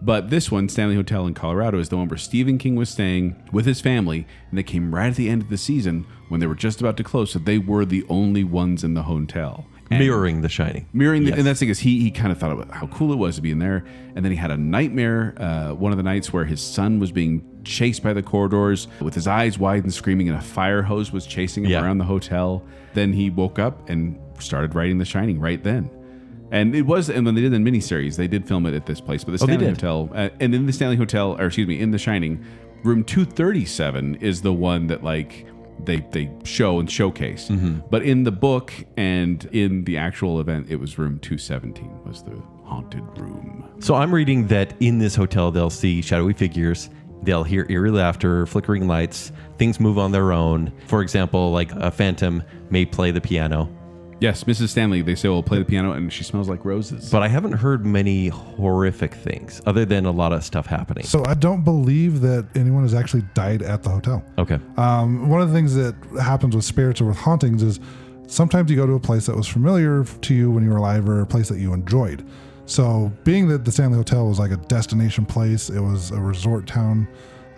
But this one, Stanley Hotel in Colorado, is the one where Stephen King was staying with his family, and they came right at the end of the season when they were just about to close, so they were the only ones in the hotel. And-
mirroring The Shining.
Mirroring, the,
Yes.
and that's the thing is he he kind of thought about how cool it was to be in there, and then he had a nightmare uh, one of the nights where his son was being chased by the corridors with his eyes wide and screaming, and a fire hose was chasing him
Yeah.
around the hotel. Then he woke up and started writing The Shining right then. And it was, and when they did the miniseries, they did film it at this place, but the
Oh, they
Stanley
did.
Hotel, uh, and in the Stanley Hotel, or excuse me, in The Shining, room 237 is the one that like they they show and showcase.
Mm-hmm.
But in the book and in the actual event, it was room 217 was the haunted room.
So I'm reading that in this hotel they'll see shadowy figures, they'll hear eerie laughter, flickering lights, things move on their own. For example, like a phantom may play the piano.
Yes, Mrs. Stanley, they say, will play the piano, and she smells like roses.
But I haven't heard many horrific things other than a lot of stuff happening.
So I don't believe that anyone has actually died at the hotel.
Oh.
okay.
Um, one of the things that happens with spirits or with hauntings is sometimes you go to a place that was familiar to you when you were alive or a place that you enjoyed. So, being that the Stanley Hotel was like a destination place, it was a resort town,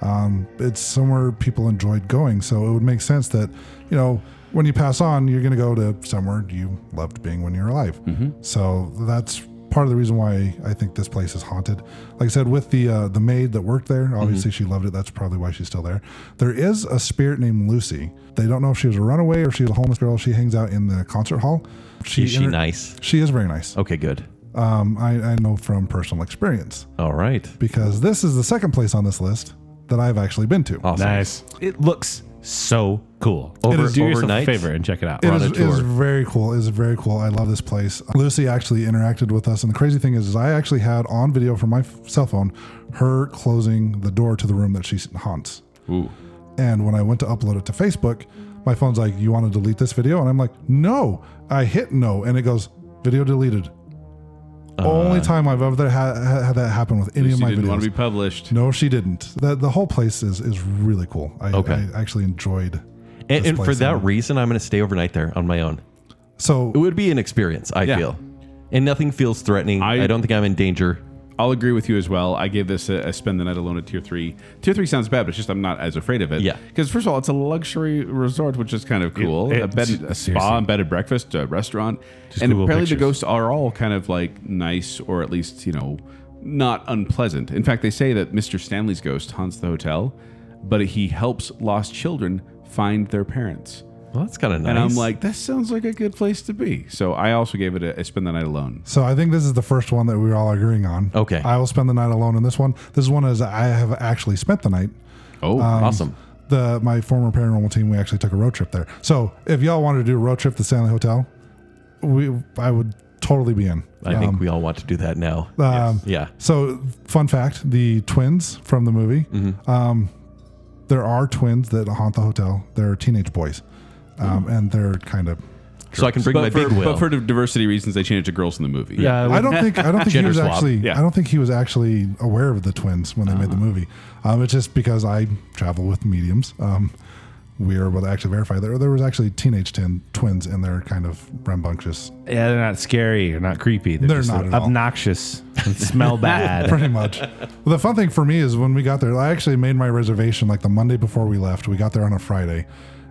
um, it's somewhere people enjoyed going. So, it would make sense that, you know, when you pass on, you're going to go to somewhere you loved being when you were alive.
Mm-hmm.
So, that's part of the reason why I think this place is haunted. Like I said, with the uh, the maid that worked there,
Mm-hmm.
obviously she loved it. That's probably why she's still there. There is a spirit named Lucy. They don't know if she was a runaway or she was a homeless girl. She hangs out in the concert hall. She,
Is she
inter-
nice?
She is very nice.
Okay, good.
Um, I, I know from personal experience
All right.
because this is the second place on this list that I've actually been to.
Awesome.
Nice. It looks so cool.
Over-
do yourself a
overnight?
favor and check it out.
It
We're on
is,
a
it is
tour.
very cool. It is very cool. I love this place. Lucy actually interacted with us, and the crazy thing is, is I actually had on video from my f- cell phone her closing the door to the room that she haunts.
Ooh.
And when I went to upload it to Facebook, my phone's like, "You want to delete this video?" And I'm like, "No." I hit no, and it goes, "Video deleted."
Uh,
Only time I've ever had, had that happen with any
She
of my
didn't
videos.
want to be published.
no, she didn't. The, the whole place is is really cool. I,
Okay.
I actually enjoyed.
And,
this
and for
place.
that reason, I'm going to stay overnight there on my own.
so
It would be an experience, I
Yeah.
feel. And nothing feels threatening.
I-
I, don't think I'm in danger.
I'll agree with you as well. I gave this a, a spend the night alone at tier three. Tier three sounds bad, but it's just I'm not as afraid of it.
Yeah.
Because first of all, it's a luxury resort, which is kind of cool.
it-
a bed, a spa,
seriously.
and bed and breakfast, a restaurant,
Just
and
Google
apparently the
pictures.
ghosts are all kind of like nice, or at least you know, not unpleasant. In fact, they say that Mr. Stanley's ghost haunts the hotel, but he helps lost children find their parents.
Well, that's kind of nice.
And I'm like, that sounds like a good place to be. So I also gave it a, a spend the night alone.
So I think this is the first one that we we're all agreeing on.
Okay.
I will spend the night alone in this one. This is one as I have actually spent the night.
Oh,
Um,
awesome.
The my former paranormal team, we actually took a road trip there. So if y'all wanted to do a road trip to Stanley Hotel, we I would totally be in.
I think we all want to do that now.
Um,
yeah.
So fun fact: the twins from the movie.
Mm-hmm.
Um, there are twins that haunt the hotel. They're teenage boys, um, and they're kind of.
So I can bring my
But for,
big wheel.
but for diversity reasons, they changed it to girls in the movie.
yeah,
I don't think I don't think he
Gender
was
swap.
actually
Yeah.
I don't think he was actually aware of the twins when they made the movie. Um, it's just because I travel with mediums. Um, we are able to actually verify that there was actually teenage tin, twins and they're kind of rambunctious,
Yeah, they're not scary. They're not creepy. They're,
They're
just
not at all.
obnoxious and smell bad.
pretty much. well, the fun thing for me is when we got there, I actually made my reservation like the Monday before we left. We got there on a Friday,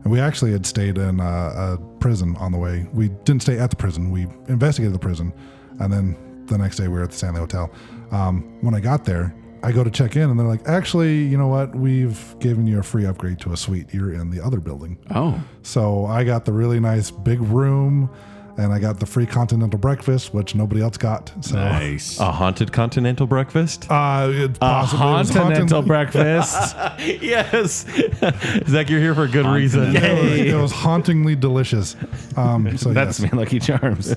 and we actually had stayed in uh, a prison on the way. We didn't stay at the prison. We investigated the prison, and then the next day we were at the Stanley Hotel. Um, when I got there, I go to check in, and they're like, "Actually, you know what? We've given you a free upgrade to a suite. You're in the other building."
Oh.
So I got the really nice big room. And I got the free continental breakfast, which nobody else got. So
Nice.
a haunted continental breakfast?
uh, it's possible. it was
Continental
haunted-
breakfast.
yes. Zach, you're here for a good reason.
It was, it was hauntingly delicious. Um, so
That's
yes.
me, Lucky Charms.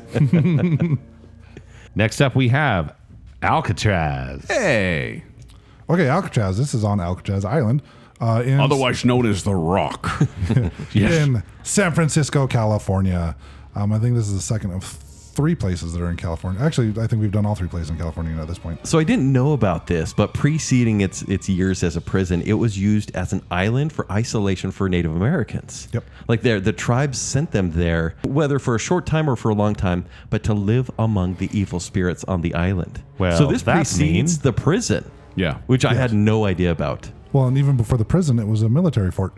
Next up, we have Alcatraz.
Hey.
okay. Alcatraz. This is on Alcatraz Island, uh, in
Otherwise known as The Rock.
in San Francisco, California. Um, I think this is the second of three places that are in California. Actually, I think we've done all three places in California at this point.
So I didn't know about this, but preceding its its years as a prison, it was used as an island for isolation for Native Americans.
Yep.
Like there the tribes sent them there, whether for a short time or for a long time, but to live among the evil spirits on the island.
Well,
so this
that's
precedes
mean.
the prison.
Yeah.
Which I had no idea about.
Well, and even before the prison, it was a military fort.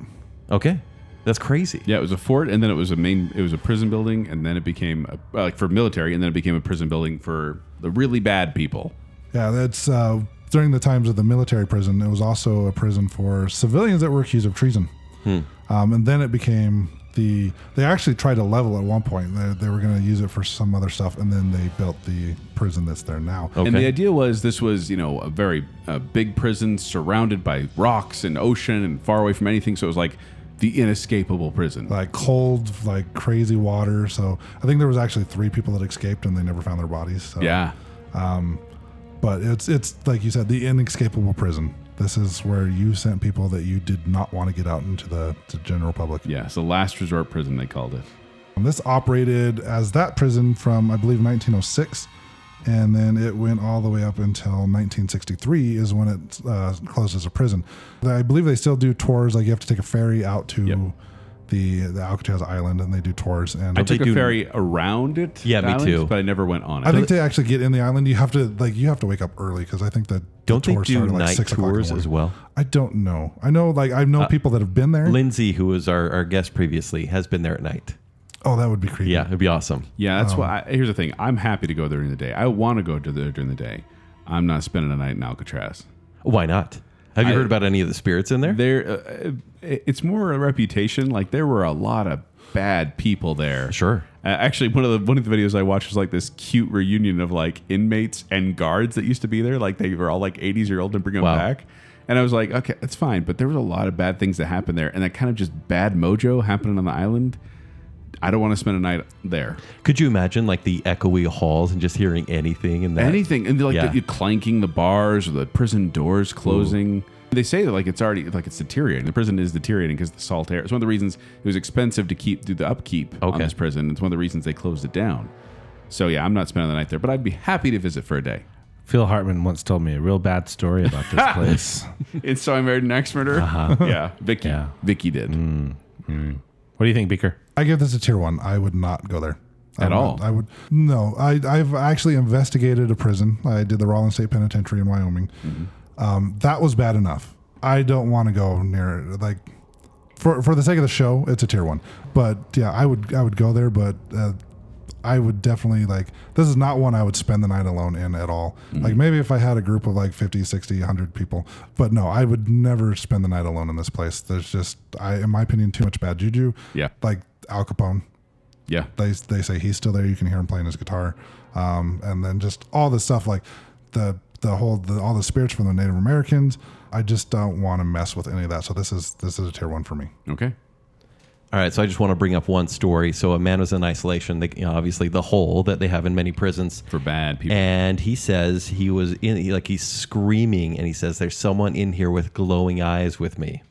Okay. That's crazy.
Yeah, it was a fort, and then it was a main. It was a prison building, and then it became a, uh, like for military, and then it became a prison building for the really bad people.
Yeah, that's uh, during the times of the military prison. It was also a prison for civilians that were accused of treason. Um, and then it became the. They actually tried to level at one point. They, they were going to use it for some other stuff, and then they built the prison that's there now.
And
Okay.
the idea was this was you know a very uh, big prison surrounded by rocks and ocean and far away from anything. So it was like the inescapable prison.
Like cold, like crazy water. So I think there was actually three people that escaped, and they never found their bodies. So.
yeah,
But it's it's like you said, the inescapable prison. This is where you sent people that you did not want to get out into the, the general public.
yeah. It's the last resort prison they called it.
Um, This operated as that prison from, I believe, 1906. And then it went all the way up until 1963 is when it uh, closed as a prison. I believe they still do tours. Like you have to take a ferry out to
Yep.
the, the Alcatraz Island and they do tours. And
I
I,
But they
took a
do-
ferry around it.
Yeah,
the
me
island,
too.
But I never went on it.
think to actually get in the island, you have to like you have to wake up early because I think that the
Don't they
tour
do
started at,
night
o'clock in the
tours
morning.
as well? Uh,
I don't know. I know like I know people that have been there.
Lindsay, who was our, our guest previously, has been there at night.
oh, that would be creepy.
Yeah, it'd be awesome.
Yeah, that's
Um,
why. I, here's the thing: I'm happy to go there during the day. I want to go to there during the day. I'm not spending a night in Alcatraz.
Why not? Have you
I-
heard about any of the spirits in there?
There, uh, it- it's more a reputation. Like there were a lot of bad people there.
Sure.
Uh, actually, one of the one of the videos I watched was like this cute reunion of like inmates and guards that used to be there. Like they were all like 80s year old and bring them
Wow.
back. And I was like, okay, that's fine. But there was a lot of bad things that happened there, and that kind of just bad mojo happening on the island. I don't want to spend a night there.
Could you imagine like the echoey halls and just hearing anything and that?
anything and like
Yeah.
the, clanking the bars or the prison doors closing they say that like it's already like it's deteriorating the prison is deteriorating because the salt air it's one of the reasons it was expensive to keep do the upkeep on
Okay.
this prison it's one of the reasons they closed it down so yeah i'm not spending the night there but i'd be happy to visit for a day
Phil Hartman once told me a real bad story about this place.
it's so i married an ex-murderer
Uh-huh.
yeah vicky
Yeah.
vicky did
Mm.
What do you think, Beaker?
I give this a tier one. I would not go there I
At
would-
all?
I would no. I I've actually investigated a prison. I did the Rollins State Penitentiary in Wyoming.
Mm-hmm.
Um, that was bad enough. I don't want to go near it. Like for for the sake of the show, it's a tier one. But yeah, I would I would go there, but. Uh, I would definitely like this is not one I would spend the night alone in at all. Like maybe if I had a group of like 50, 60, 100 people, but no, I would never spend the night alone in this place. There's just I in my opinion too much bad juju.
Yeah.
Like Al Capone,
yeah
they they say he's still there. You can hear him playing his guitar, um, and then just all the stuff like the the whole the, all the spirits from the Native Americans. I just don't want to mess with any of that. So this is this is a tier one for me.
okay
All right, so I just want to bring up one story. So a man was in isolation, they, you know, obviously the hole that they have in many prisons.
for bad people
And he says he was in, he- like he's screaming, and he says, "There's someone in here with glowing eyes with me."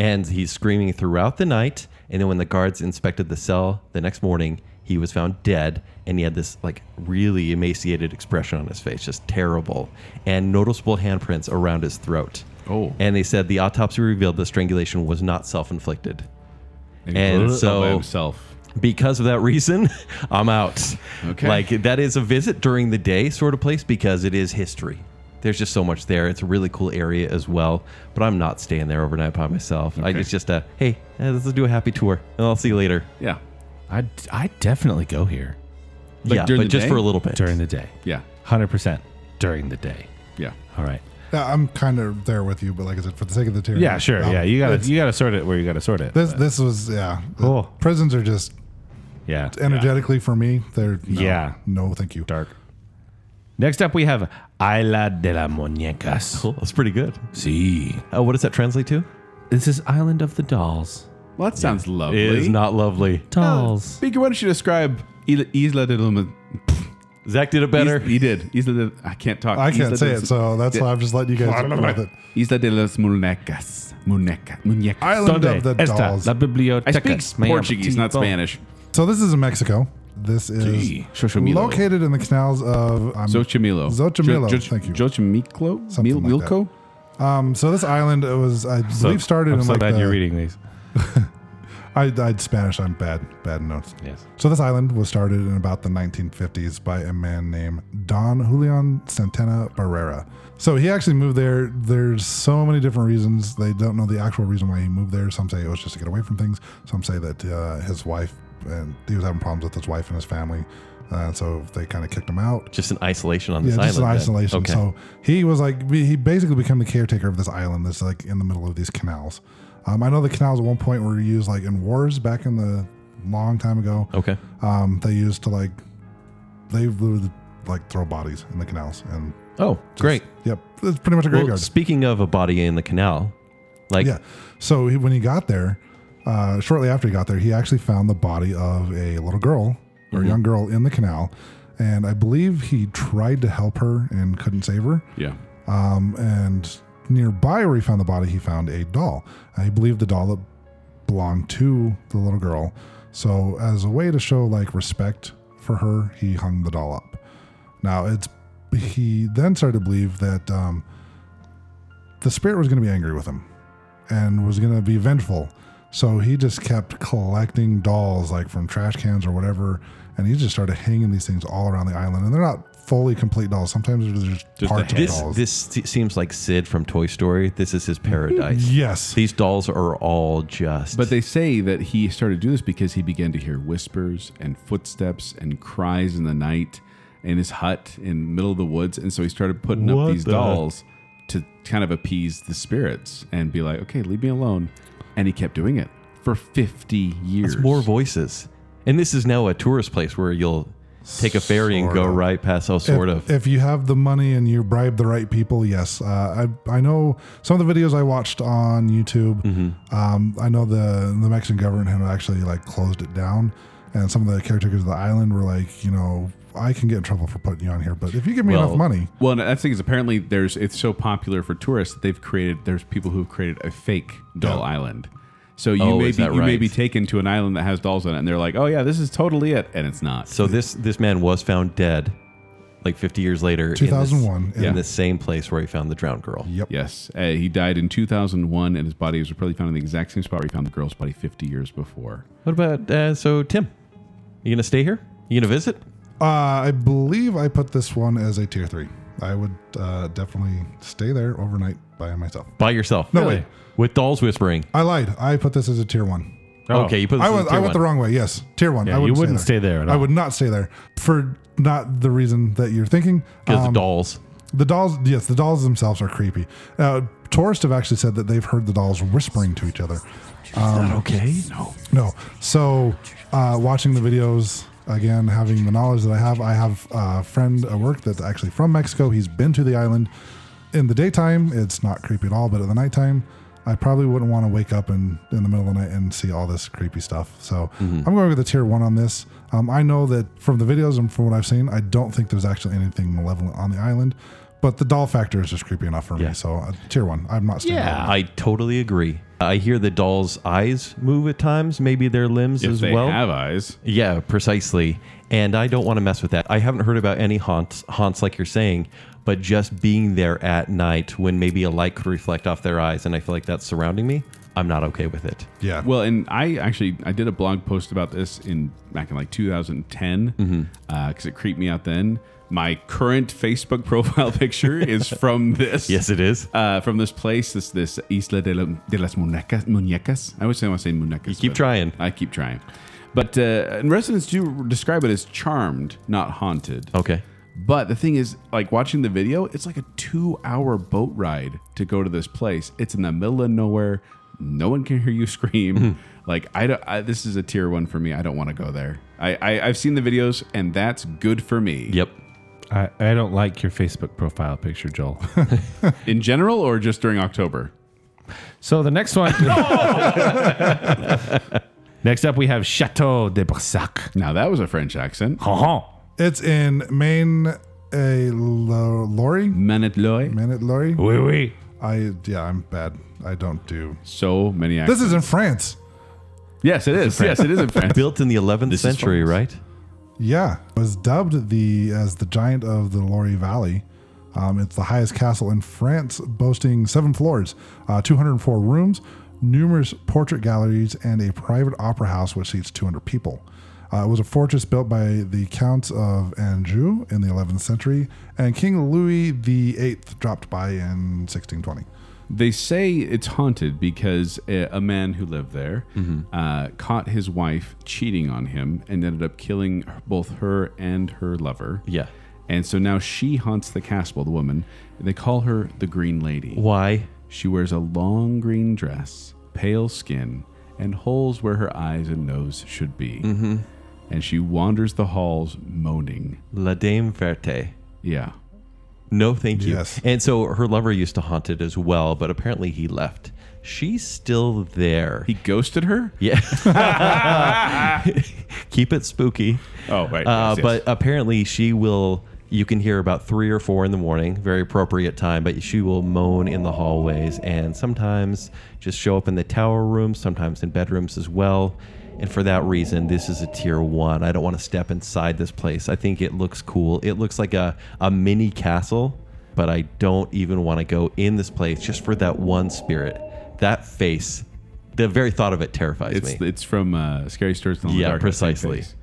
And he's screaming throughout the night. And then when the guards inspected the cell the next morning, he was found dead, and he had this like really emaciated expression on his face, just terrible, and noticeable handprints around his throat.
Oh.
And they said the autopsy revealed the strangulation was not self-inflicted.
he
and
killed himself by
so-
himself
because of that reason, I'm out.
Okay.
Like that is a visit during the day sort of place because it is history. There's just so much there. It's a really cool area as well, but I'm not staying there overnight by myself. I,
Okay.
it's just a hey, eh, let's do a happy tour, and I'll see you later.
yeah
I I definitely go here
Like
yeah,
during
but
the
just
day?
for a little bit.
during the day.
yeah
Hundred percent during the day.
yeah
All right.
Yeah, I'm kind of there with you, but like I said, for the sake of the tier.
Yeah, sure.
um,
Yeah, you gotta
it's-
you gotta sort it where you gotta sort it.
This this was yeah.
Cool.
Prisons are just
yeah.
energetically for me. They're no,
Yeah.
No, thank you.
Dark. Next up, we have Isla de la Muñecas.
Cool. That's pretty good.
See,
Uh, what does that translate to?
this is Island of the Dolls.
well that sounds lovely
It is not lovely.
Dolls.
Speaker, why don't you describe Il- Isla de Luma?
Zach did it better.
He did. Isla de, I can't talk.
I can't
Isla
say
de-
it, so that's why I'm just letting you guys deal with it.
Isla de las Muñecas. Muñeca. Muñecas.
Island of the
esta
dolls.
la
So
biblioteca?
I speak Portuguese, not Spanish.
this is in Mexico. This is
Gee. Xochimilco.
located in the canals of um,
Xochimilco.
Xochimilco,
Jo- Jo-
thank you.
Xochimilco?
Something
Mil-
like that.
Milko?
Um, so this island it was, I believe, started
I'm
in
so
like
glad
the,
you're reading these.
I, I Spanish. I'm bad, bad in notes.
Yes.
So this island was started in about the 1950s by a man named Don Julian Santana Barrera. So he actually moved there. There's so many different reasons. They don't know the actual reason why he moved there. Some say it was just to get away from things. Some say that uh, his wife and he was having problems with his wife and his family, uh, so they kind of kicked him out.
Just an isolation on this
Yeah, just an
island. then.
isolation.
Okay.
So he was like, he basically became the caretaker of this island that's like in the middle of these canals. Um, I know the canals at one point were used like in wars back in the long time ago.
okay.
Um, they used to like, they would like throw bodies in the canals and
Oh, great.
yep, it's pretty much a
Well,
graveyard.
speaking of a body in the canal, like
yeah. So he, when he got there, uh, shortly after he got there, he actually found the body of a little girl or a young girl in the canal. And I believe he tried to help her and couldn't save her.
Yeah.
Um, and nearby where he found the body, he found a doll. Uh, he believed the doll that belonged to the little girl. So as a way to show like respect for her, he hung the doll up. Now it's he then started to believe that um, the spirit was going to be angry with him and was going to be vengeful. So he just kept collecting dolls like from trash cans or whatever, and he just started hanging these things all around the island. And they're not fully complete dolls. Sometimes they're just,
the
parts of
head.
this,
dolls. Mm-hmm.
this se- seems like Sid from Toy Story. This is his paradise.
yes,
These dolls are all just.
But they say that he started to do this because he began to hear whispers and footsteps and cries in the night in his hut in the middle of the woods. And so he started putting up
What
these
the-
dolls to kind of appease the spirits and be like, okay, leave me alone. And he kept doing it for 50 years.
It's more voices. And this is now a tourist place where you'll take a ferry and
Sort
go
of.
right past, oh, sort
if,
of.
If you have the money and you bribe the right people, yes. Uh, I I know some of the videos I watched on YouTube.
Mm-hmm.
Um, I know the the Mexican government had actually like closed it down, and some of the caretakers of the island were like, you know, I can get in trouble for putting you on here, but if you give me
Well,
enough money,
Well, and that thing is apparently there's it's so popular for tourists that they've created there's people who've created a fake doll island. So you
Oh,
may
is
be
that
you may
right?
be taken to an island that has dolls on it, and they're like, "Oh yeah, this is totally it," and it's not.
so this this man was found dead like 50 years later in this-
2001,
in,
yeah.
the same place where he found the drowned girl.
yep,
Yes, uh, he died in 2001, and his body was probably found in the exact same spot where he found the girl's body 50 years before.
What about, uh, so Tim, you going to stay here? You going to visit?
Uh, I believe I put this one as a tier three. I would uh, definitely stay there overnight by myself.
By yourself?
No Really? way.
With dolls whispering.
I lied. I put this as a tier one.
Okay, you put this
Oh. I
as
went,
tier
I went the
one.
wrong way. Yes, tier one.
Yeah,
I
you
wouldn't,
wouldn't
stay
stay
there.
there at
I
all.
would not stay there for not the reason that you're thinking.
'Cause
Um,
the dolls.
the dolls, yes, the dolls themselves are creepy. Uh, tourists have actually said that they've heard the dolls whispering to each other.
okay.
Um, No, so uh, watching the videos again, having the knowledge that I have, I have a friend at work that's actually from Mexico. He's been to the island. In the daytime, it's not creepy at all, but at the nighttime. I probably wouldn't want to wake up and in the middle of the night and see all this creepy stuff. So
Mm-hmm.
I'm going with a tier one on this. Um, I know that from the videos and from what I've seen, I don't think there's actually anything malevolent on the island, but the doll factor is just creepy enough for me. So uh, tier one, I'm not staying.
Yeah, I totally agree. I hear the doll's eyes move at times, maybe their limbs
If
as
they
well.
have eyes,
Yeah, precisely. And I don't want to mess with that. I haven't heard about any haunts, haunts like you're saying, but just being there at night when maybe a light could reflect off their eyes and I feel like that's surrounding me, I'm not okay with it.
Yeah.
Well, and I actually I did a blog post about this in back in like 2010 because
Mm-hmm.
uh, it creeped me out then. My current Facebook profile picture is from this.
Yes, it is.
Uh, from this place, this this Isla de, la, de las Muñecas. Muñecas. I always say I want to say Muñecas. You
keep trying.
I keep trying. But uh, and residents do describe it as charmed, not haunted.
Okay.
But the thing is, like watching the video, it's like a two hour boat ride to go to this place. It's in the middle of nowhere. No one can hear you
Mm-hmm.
scream. like I don't. I, this is a tier one for me. I don't want to go there. I, I I've seen the videos, and that's good for me.
Yep.
I, I don't like your Facebook profile picture, Joel.
In general, or just during October.
so the next one. next up, we have Chateau de Brissac.
Now that was a French accent.
Ha-ha.
It's in Maine, a lo- lorry.
Manetloy.
Maine lorry.
Oui, oui.
I yeah, I'm bad. I don't do.
So many accents.
This is in France.
yes, it is. Yes, it is in France.
Built in the 11th century, right?
Yeah, it was dubbed the as the giant of the Loire Valley. Um, it's the highest castle in France, boasting seven floors, uh, 204 rooms, numerous portrait galleries, and a private opera house which seats 200 people. Uh, it was a fortress built by the Counts of Anjou in the 11th century, and King Louis VIII dropped by in 1620.
They say it's haunted because a, a man who lived there uh, caught his wife cheating on him and ended up killing both her and her lover.
Yeah.
And so now she haunts the castle, the woman. They call her the Green Lady.
Why?
She wears a long green dress, pale skin, and holes where her eyes and nose should be. Mm-hmm. And she wanders the halls moaning.
La Dame Verte.
Yeah.
No, thank you.
Yes.
And so her lover used to haunt it as well, but apparently he left. She's still there.
He ghosted her?
yeah. Keep it spooky.
Oh, right.
Uh,
Yes, yes.
But apparently she will. You can hear about three or four in the morning, very appropriate time. But she will moan in the hallways, and sometimes just show up in the tower rooms, sometimes in bedrooms as well. And for that reason, this is a tier one. I don't want to step inside this place. I think it looks cool. It looks like a, a mini castle, but I don't even want to go in this place just for that one spirit. That face, the very thought of it terrifies
It's
me.
it's from uh, Scary Stories from the
Yeah,
Dark. I think,
precisely.
face.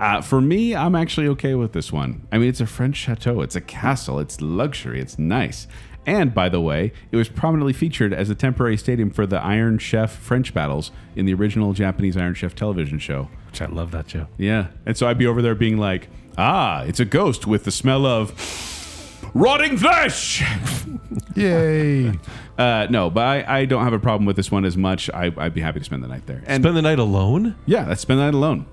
Uh, for me, I'm actually okay with this one. I mean, it's a French chateau. It's a castle. It's luxury. It's nice. And by the way, it was prominently featured as a temporary stadium for the Iron Chef French battles in the original Japanese Iron Chef television show.
Which I love that show.
Yeah. And so I'd be over there being like, ah, it's a ghost with the smell of rotting flesh.
Yay!
Uh, no, but I, I don't have a problem with this one as much. I, I'd be happy to spend the night there. And
Spend the night alone?
yeah, let's spend the night alone.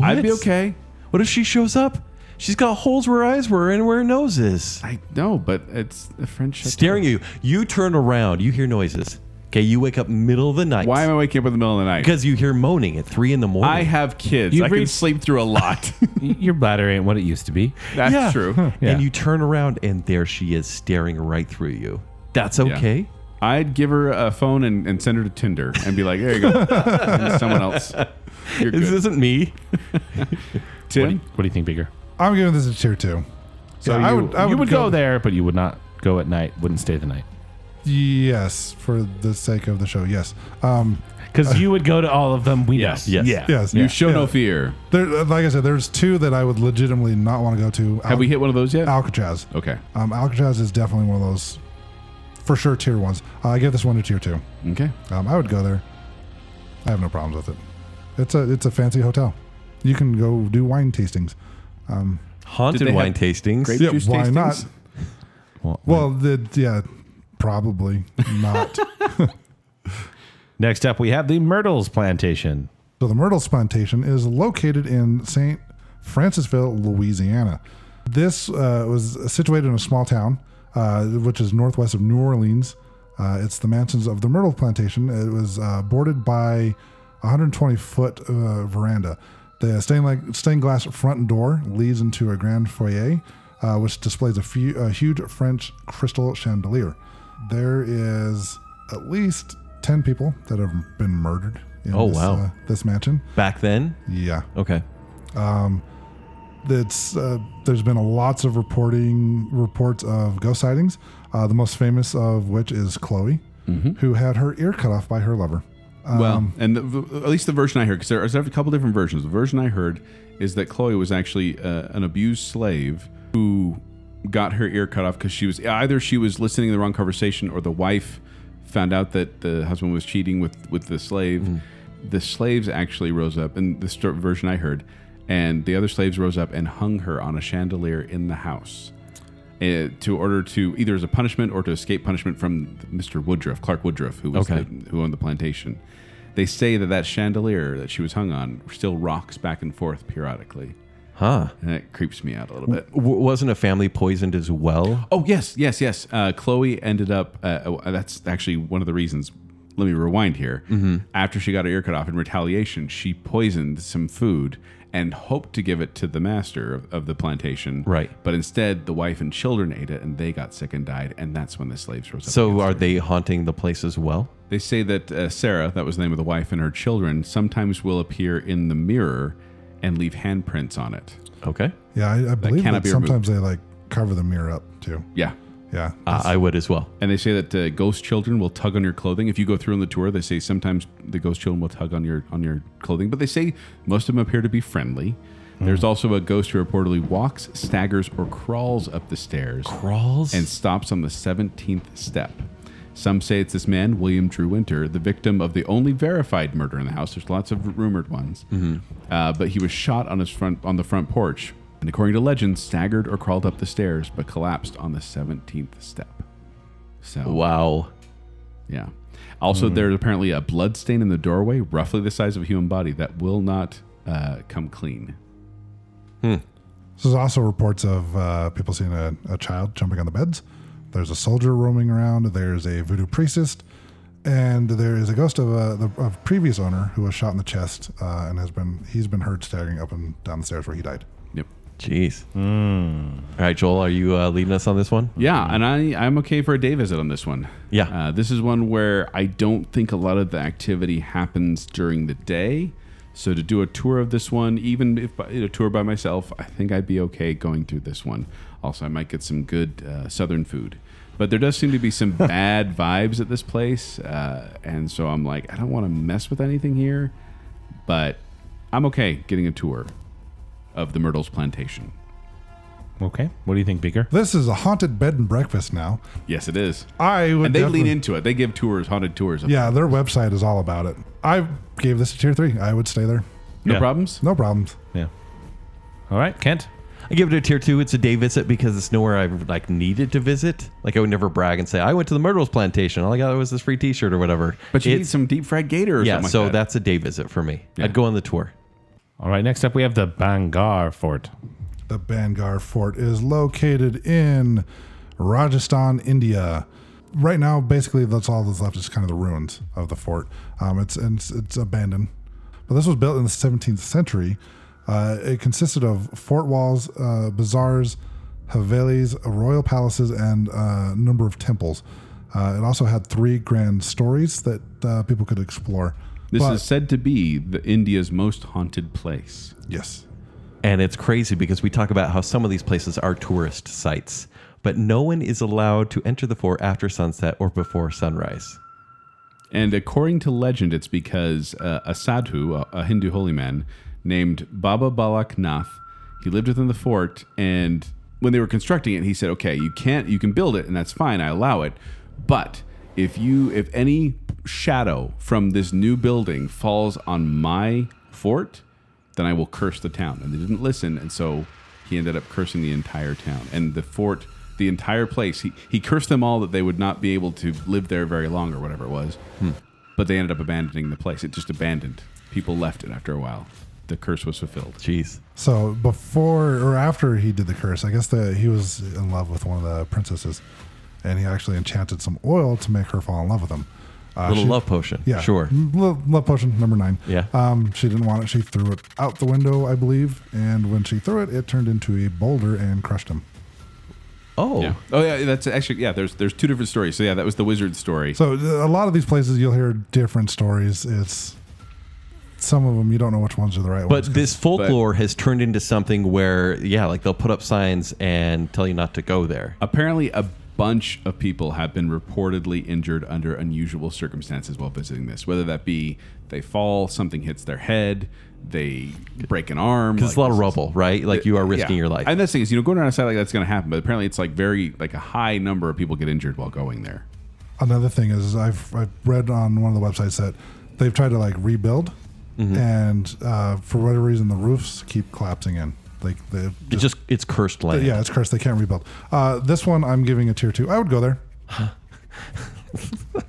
I'd be
What?
okay.
What if she shows up? She's got holes where her eyes were and where her nose is.
I know, but it's a French chateau.
Staring at you. You turn around. You hear noises. Okay, you wake up middle of the night.
Why am I waking up in the middle of the night?
Because you hear moaning at three in the morning.
I have kids.
You've
I can
reached-
sleep through a lot.
Y- Your bladder ain't what it used to be.
That's
Yeah.
true.
Yeah.
And you turn around and there she is staring right through you. That's okay.
I'd give her a phone and, and send her to Tinder and be like, there you go. And someone else. You're good.
This isn't me.
What do, you,
Tim?
what do you think, Bigger?
I'm giving this a tier two. So,
you,
I would, I would,
you would go, there, but you would not go at night. Wouldn't stay the night
Yes, for the sake of the show. Yes. Um,
because you would go to all of them. We
Yes.
know.
Yes.
Yeah.
yes.
You show
Yeah.
no fear.
There, like I said, there's two that I would legitimately not want to go to. Al-
Have we hit one of those yet?
Alcatraz?
Okay.
Um, Alcatraz is definitely one of those, for sure, tier ones. Uh, I give this one a tier two.
Okay.
Um, I would go there. I have no problems with it. It's a it's a fancy hotel. You can go do wine tastings.
Haunted
they
wine
have
tastings.
Grape
Yeah,
juice
why
tastings?
not?
Well,
Well, the, yeah, probably not.
next up, we have the Myrtles Plantation.
So the Myrtles Plantation is located in St. Francisville, Louisiana. This uh, was situated in a small town, uh, which is northwest of New Orleans. Uh, it's the mansions of the Myrtle Plantation. It was uh, bordered by 120 foot uh, veranda. The stained, like, stained glass front door leads into a grand foyer, uh, which displays a, few, a huge French crystal chandelier. There is at least 10 people that have been murdered in
Oh,
this,
wow.
uh, this mansion.
Back then?
Yeah,
Okay.
it's uh, there's been lots of reporting reports of ghost sightings. Uh, the most famous of which is Chloe, who had her ear cut off by her lover.
well, and the, at least the version I heard, because there's a couple different versions. The version I heard is that Chloe was actually uh, an abused slave who got her ear cut off because she was either she was listening to the wrong conversation or the wife found out that the husband was cheating with with the slave. The slaves actually rose up, and the sto- version I heard, and the other slaves rose up and hung her on a chandelier in the house. uh, To order to either as a punishment or to escape punishment from Mr. Woodruff, Clark Woodruff, who was
Okay.
the, who owned the plantation. They say that that chandelier that she was hung on still rocks back and forth periodically.
Huh.
And that creeps me out a little bit.
W- wasn't a family poisoned as well?
Oh, yes, yes, yes. Uh, Chloe ended up, uh, oh, that's actually one of the reasons. Let me rewind here.
Mm-hmm.
After she got her ear cut off in retaliation, she poisoned some food and hoped to give it to the master of, of the plantation.
Right.
But instead, the wife and children ate it and they got sick and died. And that's when the slaves rose up.
So
against
are
her.
they haunting the place as well?
They say that uh, Sarah, that was the name of the wife, and her children sometimes will appear in the mirror and leave handprints on it.
Okay.
Yeah, I, I believe
cannot
that
be
sometimes they like cover the mirror up too.
Yeah.
Yeah.
Uh, I would as well.
And they say that uh, ghost children will tug on your clothing. If you go through on the tour, they say sometimes the ghost children will tug on your on your clothing, but they say most of them appear to be friendly. There's also a ghost who reportedly walks, staggers, or crawls up the stairs
Crawls.
and stops on the 17th step. Some say it's this man, William Drew Winter, the victim of the only verified murder in the house. There's lots of rumored ones, uh, but he was shot on his front on the front porch, and according to legend, staggered or crawled up the stairs, but collapsed on the 17th step. So
wow.
yeah. Also, there's apparently a blood stain in the doorway, roughly the size of a human body, that will not uh, come clean.
So there's also reports of uh, people seeing a, a child jumping on the beds. There's a soldier roaming around. There's a voodoo priestess, and there is a ghost of a the, of previous owner who was shot in the chest uh, and has been he's been heard staggering up and down the stairs where he died.
Yep.
Jeez. All right, Joel, are you uh, leading us on this one?
Yeah, and I, I'm okay for a day visit on this one.
Yeah.
Uh, this is one where I don't think a lot of the activity happens during the day. So to do a tour of this one, even if I- a tour by myself, I think I'd be okay going through this one. Also, I might get some good uh, southern food. But there does seem to be some bad vibes at this place. Uh, and so I'm like, I don't want to mess with anything here. But I'm okay getting a tour of the Myrtles Plantation.
Okay. What do you think, Beaker?
This is a haunted bed and breakfast now.
Yes, it is.
I would
and they
definitely-
lean into it. They give tours, haunted tours. of-
Yeah, their website is all about it. I gave this a tier three. I would stay there.
no
Yeah.
problems.
No problems.
Yeah. All right, Kent.
I give it a tier two. It's a day visit because it's nowhere I've like needed to visit. Like I would never brag and say I went to the Myrtles plantation. All I got was this free T-shirt or whatever.
But you need
it's,
some deep fried gator or
yeah.
something. like
so
that.
that's a day visit for me.
Yeah.
I'd go on the tour.
All right, next up we have the Bangar Fort.
The Bangar Fort is located in Rajasthan, India. Right now, basically, that's all that's left is kind of the ruins of the fort. Um, it's, and it's it's abandoned, but this was built in the 17th century. Uh, it consisted of fort walls, uh, bazaars, havelis, royal palaces, and uh, a number of temples. Uh, it also had three grand stories that uh, people could explore.
This
But-
is said to be the India's most haunted place.
yes.
And it's crazy because we talk about how some of these places are tourist sites, but no one is allowed to enter the fort after sunset or before sunrise.
And according to legend, it's because uh, a sadhu, a, a Hindu holy man named Baba Balak Nath, he lived within the fort. And when they were constructing it, he said, "Okay, you can't, you can build it, and that's fine. I allow it, but if you, if any shadow from this new building falls on my fort, then I will curse the town." And they didn't listen, and so he ended up cursing the entire town and the fort. The entire place. He, he cursed them all that they would not be able to live there very long or whatever it was but they ended up abandoning the place. It just abandoned. People left it after a while. The curse was fulfilled.
Jeez.
So before or after he did the curse, I guess that he was in love with one of the princesses, and he actually enchanted some oil to make her fall in love with him. Uh,
Little
she-
love potion.
yeah,
Sure.
Hmm.
Lo- love potion number nine.
Yeah.
Um, she didn't want it. She threw it out the window, I believe. And when she threw it, it turned into a boulder and crushed him.
Oh.
Yeah. Oh yeah, that's actually yeah. There's there's two different stories. So yeah, that was the wizard story.
So uh, a lot of these places, you'll hear different stories. It's some of them you don't know which ones are the right ones.
But this folklore has turned into something where, yeah, like they'll put up signs and tell you not to go
Oh,
there.
Apparently, a bunch of people have been reportedly injured under unusual circumstances while visiting this. Whether that be they fall, something hits their head, they break an arm.
Because it's a
like
lot of
this is-
rubble, right? Like you are risking
Yeah.
your life.
And that's the thing is, you know, going around a site like that's going to happen, but apparently it's like very like a high number of people get injured while going there.
another thing is I've, I've read on one of the websites that they've tried to like rebuild
Mm-hmm.
and uh, for whatever reason the roofs keep collapsing in like they uh,
It's just it's cursed land.
yeah it's cursed they can't rebuild uh, this one i'm giving a tier two i would go there
But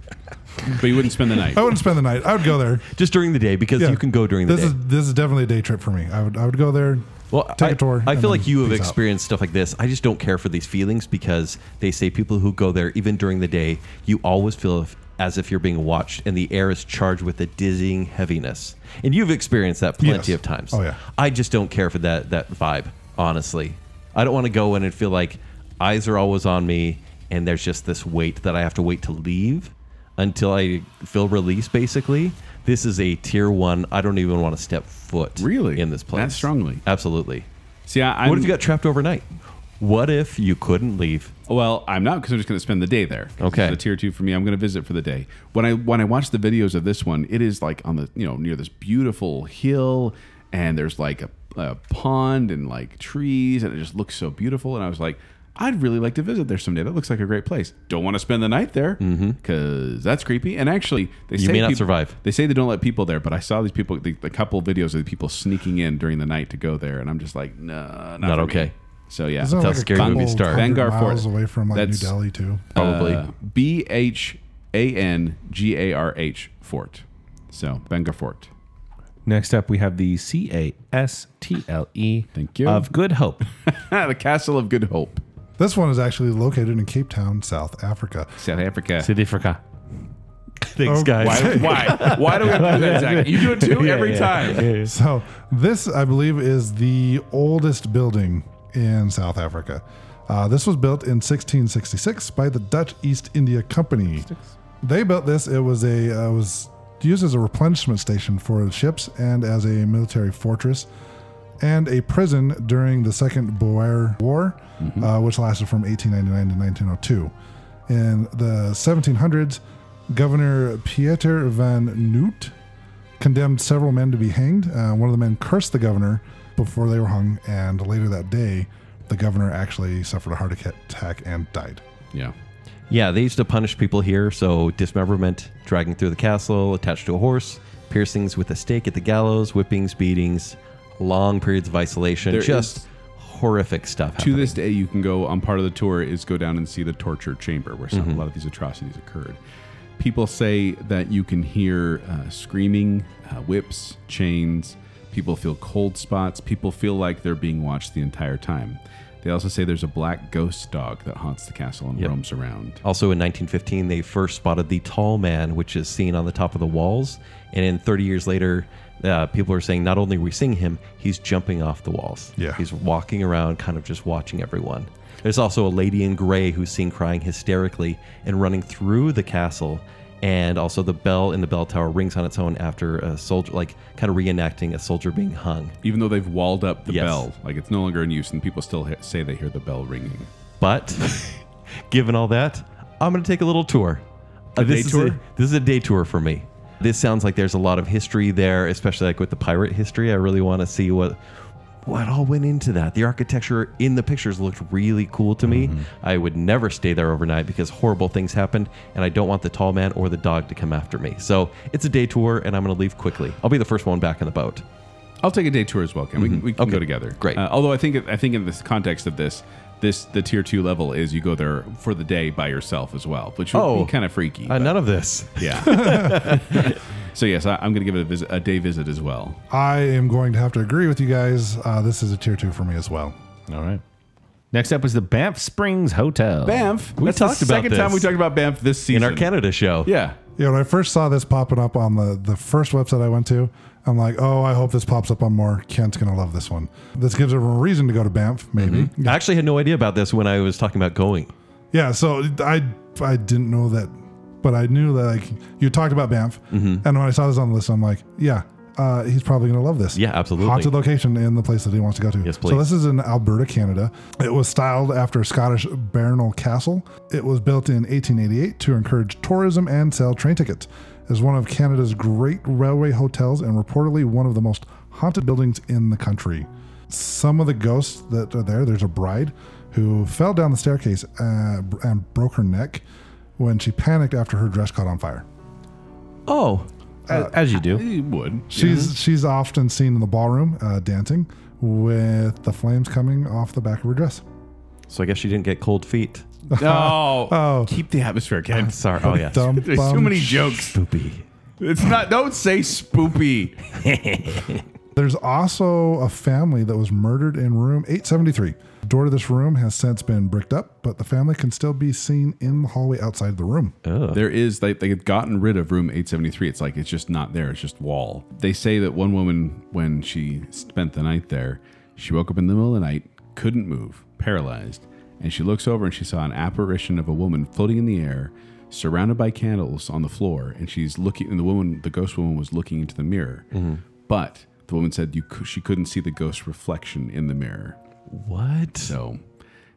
you wouldn't spend the night.
i wouldn't spend the night i would go there
Just during the day because
Yeah.
you can go during the
this
day.
is this is definitely a day trip for me i would i would go there
well,
take
I-
a tour
I
and
feel
then
like you have
peace out.
experienced stuff like this. I just don't care for these feelings because they say people who go there even during the day, you always feel if- as if you're being watched and the air is charged with a dizzying heaviness. And you've experienced that plenty
Yes.
of times.
Oh, yeah.
I just don't care for that that vibe, honestly. I don't want to go in and feel like eyes are always on me and there's just this wait that I have to wait to leave. until I feel release. Basically, this is a tier one. I don't even want to step foot
Really?
in this
That
place
strongly?
Absolutely.
See, I, I'm,
what if you got trapped overnight? What if you couldn't leave?
Well, I'm not because I'm just going to spend the day there.
Okay.
the tier two for me. I'm going to visit for the day. When I when I watch the videos of this one, it is like on the you know near this beautiful hill, and there's like a, a pond and like trees, and it just looks so beautiful. And I was like, I'd really like to visit there someday. That looks like a great place. Don't want to spend the night there because that's creepy. And actually, they
Mm-hmm. You
say
may not
peop-
survive.
They say they don't let people there, but I saw these people, the, the couple videos of the people sneaking in during the night to go there, and I'm just like, no, not,
Not
for me."
okay.
So yeah,
It's not
how
like a
scary movie
couple
star.
hundred
Vanguard
miles
Fort.
away from like New
That's-
Delhi too.
Probably.
Uh, B H A N G A R H Fort. So Benga Fort.
Next up, we have the C A S T L E.
Thank you.
Of Good Hope.
the Castle of Good Hope,
This one is actually located in Cape Town, South Africa.
South Africa.
South Africa.
Thanks, guys.
Why? Why? Why do we have to do that, Zach? You do it too every time.
So this, I believe, is the oldest building in South Africa. Uh, this was built in 1666 by the Dutch East India Company. They built this. It was a uh, was used as a replenishment station for the ships and as a military fortress and a prison during the Second Boer War, uh, which lasted from 1899 to 1902. In the 1700s, Governor Pieter van Noot condemned several men to be hanged. Uh, one of the men cursed the governor before they were hung, and later that day, the governor actually suffered a heart attack and died.
Yeah.
Yeah, they used to punish people here. So dismemberment, dragging through the castle, attached to a horse, piercings with a stake at the gallows, whippings, beatings, long periods of isolation.
There
just
is-
horrific stuff.
To
happening.
this day, you can go on part of the tour is go down and see the torture chamber where some, a lot of these atrocities occurred. People say that you can hear uh, screaming, uh, whips, chains. People feel cold spots. People feel like they're being watched the entire time. They also say there's a black ghost dog that haunts the castle and roams around.
Also in 1915, they first spotted the tall man, which is seen on the top of the walls. And in 30 years later, uh, people are saying not only are we seeing him, he's jumping off the walls.
Yeah.
He's walking around, kind of just watching everyone. There's also a lady in gray who's seen crying hysterically and running through the castle. And also the bell in the bell tower rings on its own after a soldier, like kind of reenacting a soldier being hung.
even though they've walled up the
Yes.
bell, like it's no longer in use, and people still he- say they hear the bell ringing.
But given all that, I'm going to take a little tour.
A
this
day
is
tour?
A, this is a day tour for me. This sounds like there's a lot of history there, especially like with the pirate history. I really want to see what what all went into that. The architecture in the pictures looked really cool to me.
Mm-hmm.
I would never stay there overnight because horrible things happened, and I don't want the tall man or the dog to come after me. So it's a day tour, and I'm going to leave quickly. I'll be the first one back in the boat.
I'll take a day tour as well. Ken. We can, we can go
Mm-hmm. Okay.
together.
Great.
Uh, although I think I think in this context of this, this the tier two level is you go there for the day by yourself as well, which would
Oh.
be kind of freaky.
Uh,
but-
none of this.
yeah. so yes, I, I'm going to give it a, visit, a day visit as well.
I am going to have to agree with you guys. Uh, this is a tier two for me as well.
All right. Next up is the Banff Springs Hotel.
Banff.
We
that's
talked
the
about
second
this
time we talked about Banff this season
In our Canada show.
Yeah.
Yeah, when I first saw this popping up on the, the first website I went to, I'm like, oh, I hope this pops up on more. Kent's going to love this one. This gives him a reason to go to Banff, maybe.
I actually had no idea about this when I was talking about going.
Yeah, so I I didn't know that, but I knew that like you talked about Banff,
Mm-hmm.
and when I saw this on the list, I'm like, yeah, uh, he's probably gonna love this.
Yeah, absolutely.
Haunted location in the place that he wants to go to.
Yes,
So
please.
this is in Alberta, Canada. It was styled after Scottish baronial castle. It was built in 1888 to encourage tourism and sell train tickets. Is one of Canada's great railway hotels and reportedly one of the most haunted buildings in the country some of the ghosts that are there, there's a bride who fell down the staircase uh, b- and broke her neck when she panicked after her dress caught on fire.
Oh,
Uh,
As, as you do.
You would.
She's she's often seen in the ballroom uh, dancing with the flames coming off the back of her dress.
so I guess she didn't get cold feet.
Oh,
Oh.
keep the atmosphere, Ken.
Sorry. Oh yeah.
Dumb,
There's
bum,
too many
sh-
jokes.
Spoopy.
It's not. Don't say spoopy.
There's also a family that was murdered in room 873. The door to this room has since been bricked up, but the family can still be seen in the hallway outside the room.
There is they they had gotten rid of room 873. It's like it's just not there. It's just wall. They say that one woman when she spent the night there, she woke up in the middle of the night, couldn't move, paralyzed, and she looks over and she saw an apparition of a woman floating in the air surrounded by candles on the floor, and she's looking. And the woman, the ghost woman, was looking into the mirror, but the woman said you cou- she couldn't see the ghost reflection in the mirror.
What?
So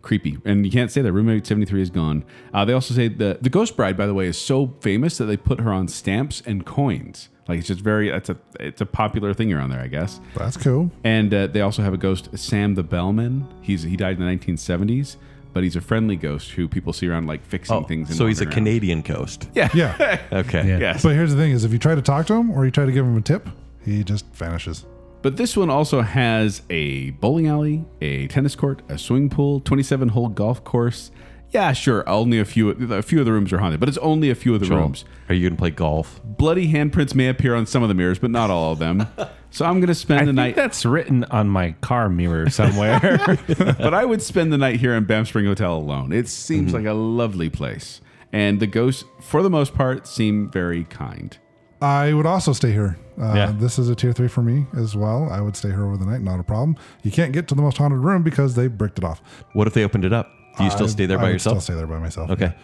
creepy. And you can't say that. Roommate 73 is gone. Uh, they also say the, the Ghost Bride, by the way, is so famous that they put her on stamps and coins. Like it's just very, it's a, it's a popular thing around there, I guess.
That's cool.
And uh, they also have a ghost, Sam the Bellman. He's he died in the 1970s, but he's a friendly ghost who people see around like fixing
Oh,
things. And
so he's a
wandering around.
Canadian ghost.
Yeah.
Okay.
Yes.
but here's the thing: is if you try to talk to him or you try to give him a tip, he just vanishes.
But this one also has a bowling alley, a tennis court, a swimming pool, 27 hole golf course. Yeah, sure. Only a few a few of the rooms are haunted, but it's only a few of the rooms.
Are you going to play golf?
Bloody handprints may appear on some of the mirrors, but not all of them. so I'm going to spend
I
the
think
night,
that's written on my car mirror somewhere.
but I would spend the night here in Banff Spring Hotel alone. It seems like a lovely place. And the ghosts, for the most part, seem very kind.
I would also stay here. Uh,
Yeah.
This is a tier three for me as well. I would stay here over the night, not a problem. You can't get to the most haunted room because they bricked it off.
What if they opened it up? Do you still
I-
stay there
I
by
would
yourself?
Still stay there by myself.
Okay.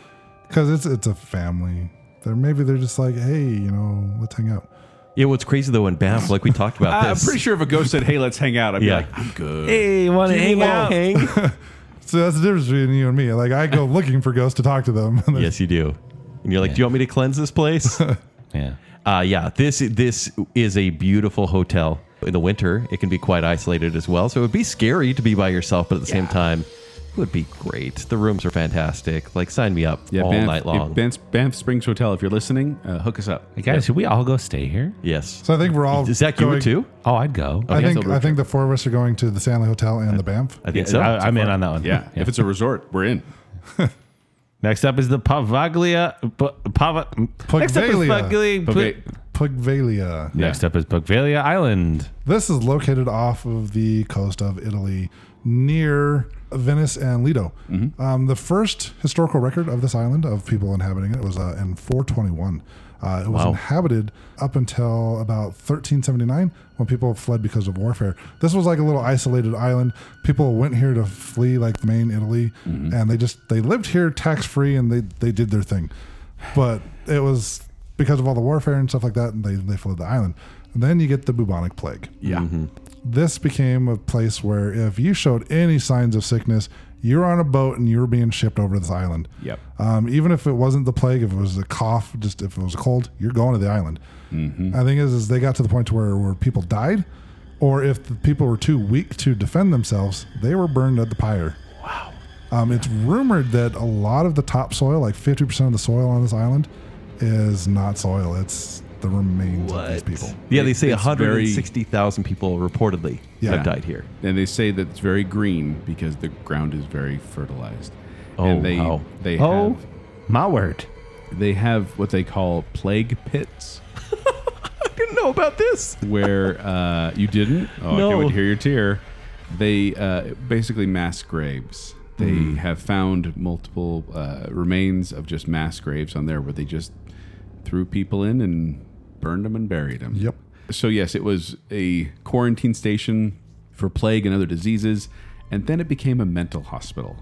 Because it's it's a family. They're maybe they're just like, hey, you know, let's hang out.
Yeah, what's crazy though in Banff, like we talked about
Uh, I'm
this.
pretty sure if a ghost said, "Hey, let's hang out," I'd
Yeah.
be like, "I'm good."
hey, want to hang out?
So that's the difference between you and me. Like I go looking for ghosts to talk to them. And
yes, you do. And you're like, do you want me to cleanse this place?
Yeah.
uh, yeah, this this is a beautiful hotel. In the winter, it can be quite isolated as well. So it would be scary to be by yourself, but at the same time, it would be great. The rooms are fantastic. Like, sign me up all
Banff,
night long.
if Banff, Banff Springs Hotel. If you're listening, uh, hook us up.
Hey, guys, should we all go stay here?
yes.
So I think we're all.
Zach, you were
going-
too?
Oh, I'd go.
I
Okay, so
think I think the four of us are going to the Stanley Hotel and the Banff.
I think so.
I, am in on that one.
Yeah, if it's a resort, we're in.
Next up is the Pavaglia. P- Pava, Next up is
Pugvalia.
Pugli-
Okay,
Pugvalia.
Next up is Pugvalia Island.
This is located off of the coast of Italy near Venice and Lido. Um, the first historical record of this island of people inhabiting it was uh, in 421. Uh, it was inhabited up until about 1379 when people fled because of warfare. This was like a little isolated island. People went here to flee like main Italy and they just they lived here tax free and they, they did their thing. But it was because of all the warfare and stuff like that and they, they fled the island. And then you get the bubonic plague
yeah,
this became a place where if you showed any signs of sickness, you were on a boat and you were being shipped over to this island.
Yep.
Um, even if it wasn't the plague, if it was a cough, just if it was a cold, you're going to the island. I think is is they got to the point to where where people died, or if the people were too weak to defend themselves, they were burned at the pyre. Um, it's rumored that a lot of the topsoil, like 50% of the soil on this island, is not soil. It's the remains of these people.
yeah, they say
It's very-
160,000 people reportedly
Yeah.
have died here.
and they say that it's very green because the ground is very fertilized.
Oh,
and they
wow.
they
Oh,
have
my word.
they have what they call plague pits,
didn't know about this.
where uh, you didn't. Oh, I
No.
can't wait to hear your tear. They uh, basically mass graves. They
Mm-hmm.
have found multiple uh, remains of just mass graves on there, where they just threw people in and burned them and buried them.
Yep.
So yes, it was a quarantine station for plague and other diseases, and then it became a mental hospital.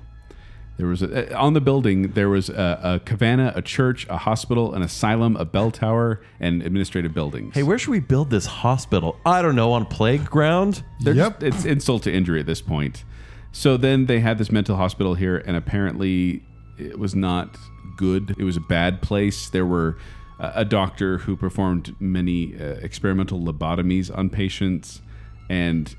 There was a, uh, on the building there was a, a cabana, a church, a hospital, an asylum, a bell tower, and administrative buildings.
Hey, where should we build this hospital? I don't know, on a playground?
They're
Yep.
just- it's insult to injury at this point. So then they had this mental hospital here, and apparently it was not good. It was a bad place. There were uh, a doctor who performed many uh, experimental lobotomies on patients, and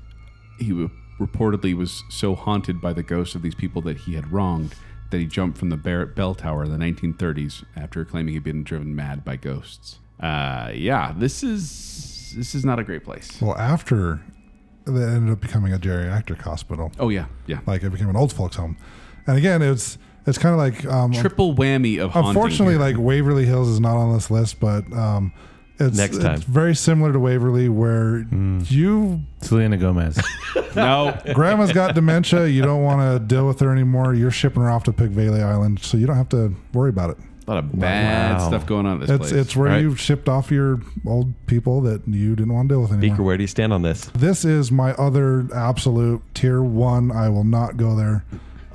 he w- reportedly was so haunted by the ghosts of these people that he had wronged that he jumped from the Barrett Bell Tower in the 1930s after claiming he'd been driven mad by ghosts. Uh, yeah, this is this is not a great place.
Well, after they ended up becoming a geriatric hospital,
Oh yeah, yeah.
like it became an old folks home. And again, it's it's kind of like um,
triple whammy of haunting
unfortunately,
here.
like Waverly Hills is not on this list, but um, it's,
Next
it's
time.
very similar to Waverly, where
Hmm.
you
Selena Gomez.
no
grandma's got dementia, you don't want to deal with her anymore. You're shipping her off to Pigvalia Island, so you don't have to worry about it.
a lot of bad
Wow.
stuff going on at this
It's
place
it's where
Right.
you shipped off your old people that you didn't want to deal with anymore.
Beaker, where do you stand on this?
This is my other absolute tier one. I will not go there.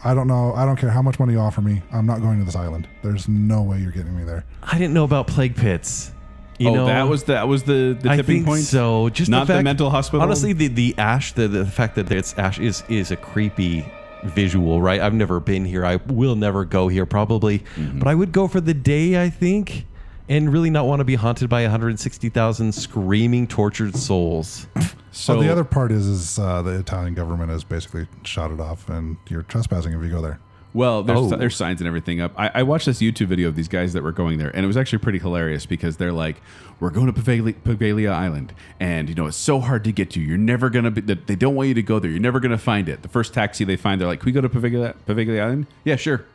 I don't know. I don't care how much money you offer me. I'm not going to this island. There's no way you're getting me there.
I didn't know about plague pits. You
oh,
know,
that was that was the, the
I
tipping
think
point.
Oh,
So just
not the,
fact-
mental hospital.
Honestly, the the ash, the, the fact that it's ash is is a creepy visual, right? I've never been here. I will never go here probably,
Mm-hmm.
but I would go for the day. I think. And really not want to be haunted by 160,000 screaming, tortured souls.
So
so
the other part is, is uh, the Italian government has basically shut it off, and you're trespassing if you go there.
Well, there's,
Oh.
there's signs and everything up. I, I watched this YouTube video of these guys that were going there, and it was actually pretty hilarious because they're like, "We're going to Pavalia, Pavalia Island, and you know it's so hard to get to. You're never gonna be. They they don't want you to go there. You're never gonna find it. The first taxi they find, they're like, "Can we go to Pavalia, Pavalia Island? Yeah, sure."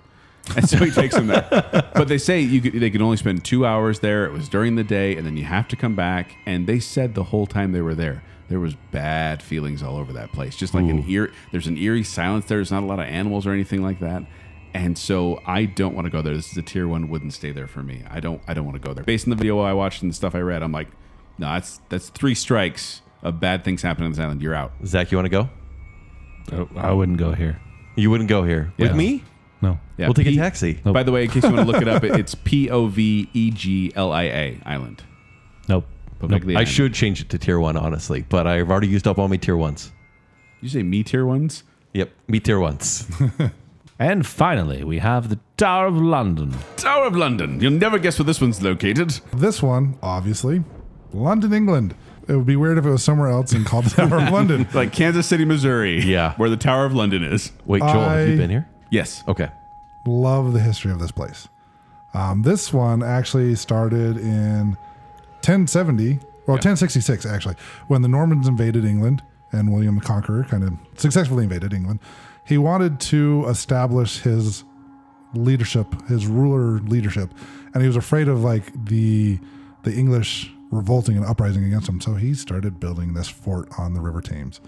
And so he takes them there. But they say you could, they could only spend two hours there. It was during the day, and then you have to come back. And they said the whole time they were there, there was bad feelings all over that place. Just like an eer, there's an eerie silence there. There's not a lot of animals or anything like that. And so I don't want to go there. This is a tier one. Wouldn't stay there for me. I don't. I don't want to go there. Based on the video I watched and the stuff I read, I'm like, no, that's that's three strikes of bad things happening on this island. You're out.
Zach, you want to go?
Oh, I wouldn't go here.
You wouldn't go here.
Yeah.
With me?
No.
Yeah,
We'll take
P-
a taxi.
By the way, in case you want to look it up, it- it's P O V E G L I A Island.
Nope.
Pavaglia
I
Island.
should change it to tier one, honestly, but I've already used up all my tier ones.
You say me tier ones?
Yep, me tier ones.
And finally, we have the Tower of London.
Tower of London. You'll never guess where this one's located.
This one, obviously, London, England. It would be weird if it was somewhere else and called the Tower of London.
Like Kansas City, Missouri.
Yeah.
Where the Tower of London is. Oh,
Wait, Joel, have
I-
you been here?
Yes.
Okay.
Love the history of this place. Um, this one actually started in 1070 or 1066 actually when the normans invaded england and william the conqueror kind of successfully invaded england he wanted to establish his leadership his ruler leadership and he was afraid of like the the english revolting and uprising against him so he started building this fort on the river thames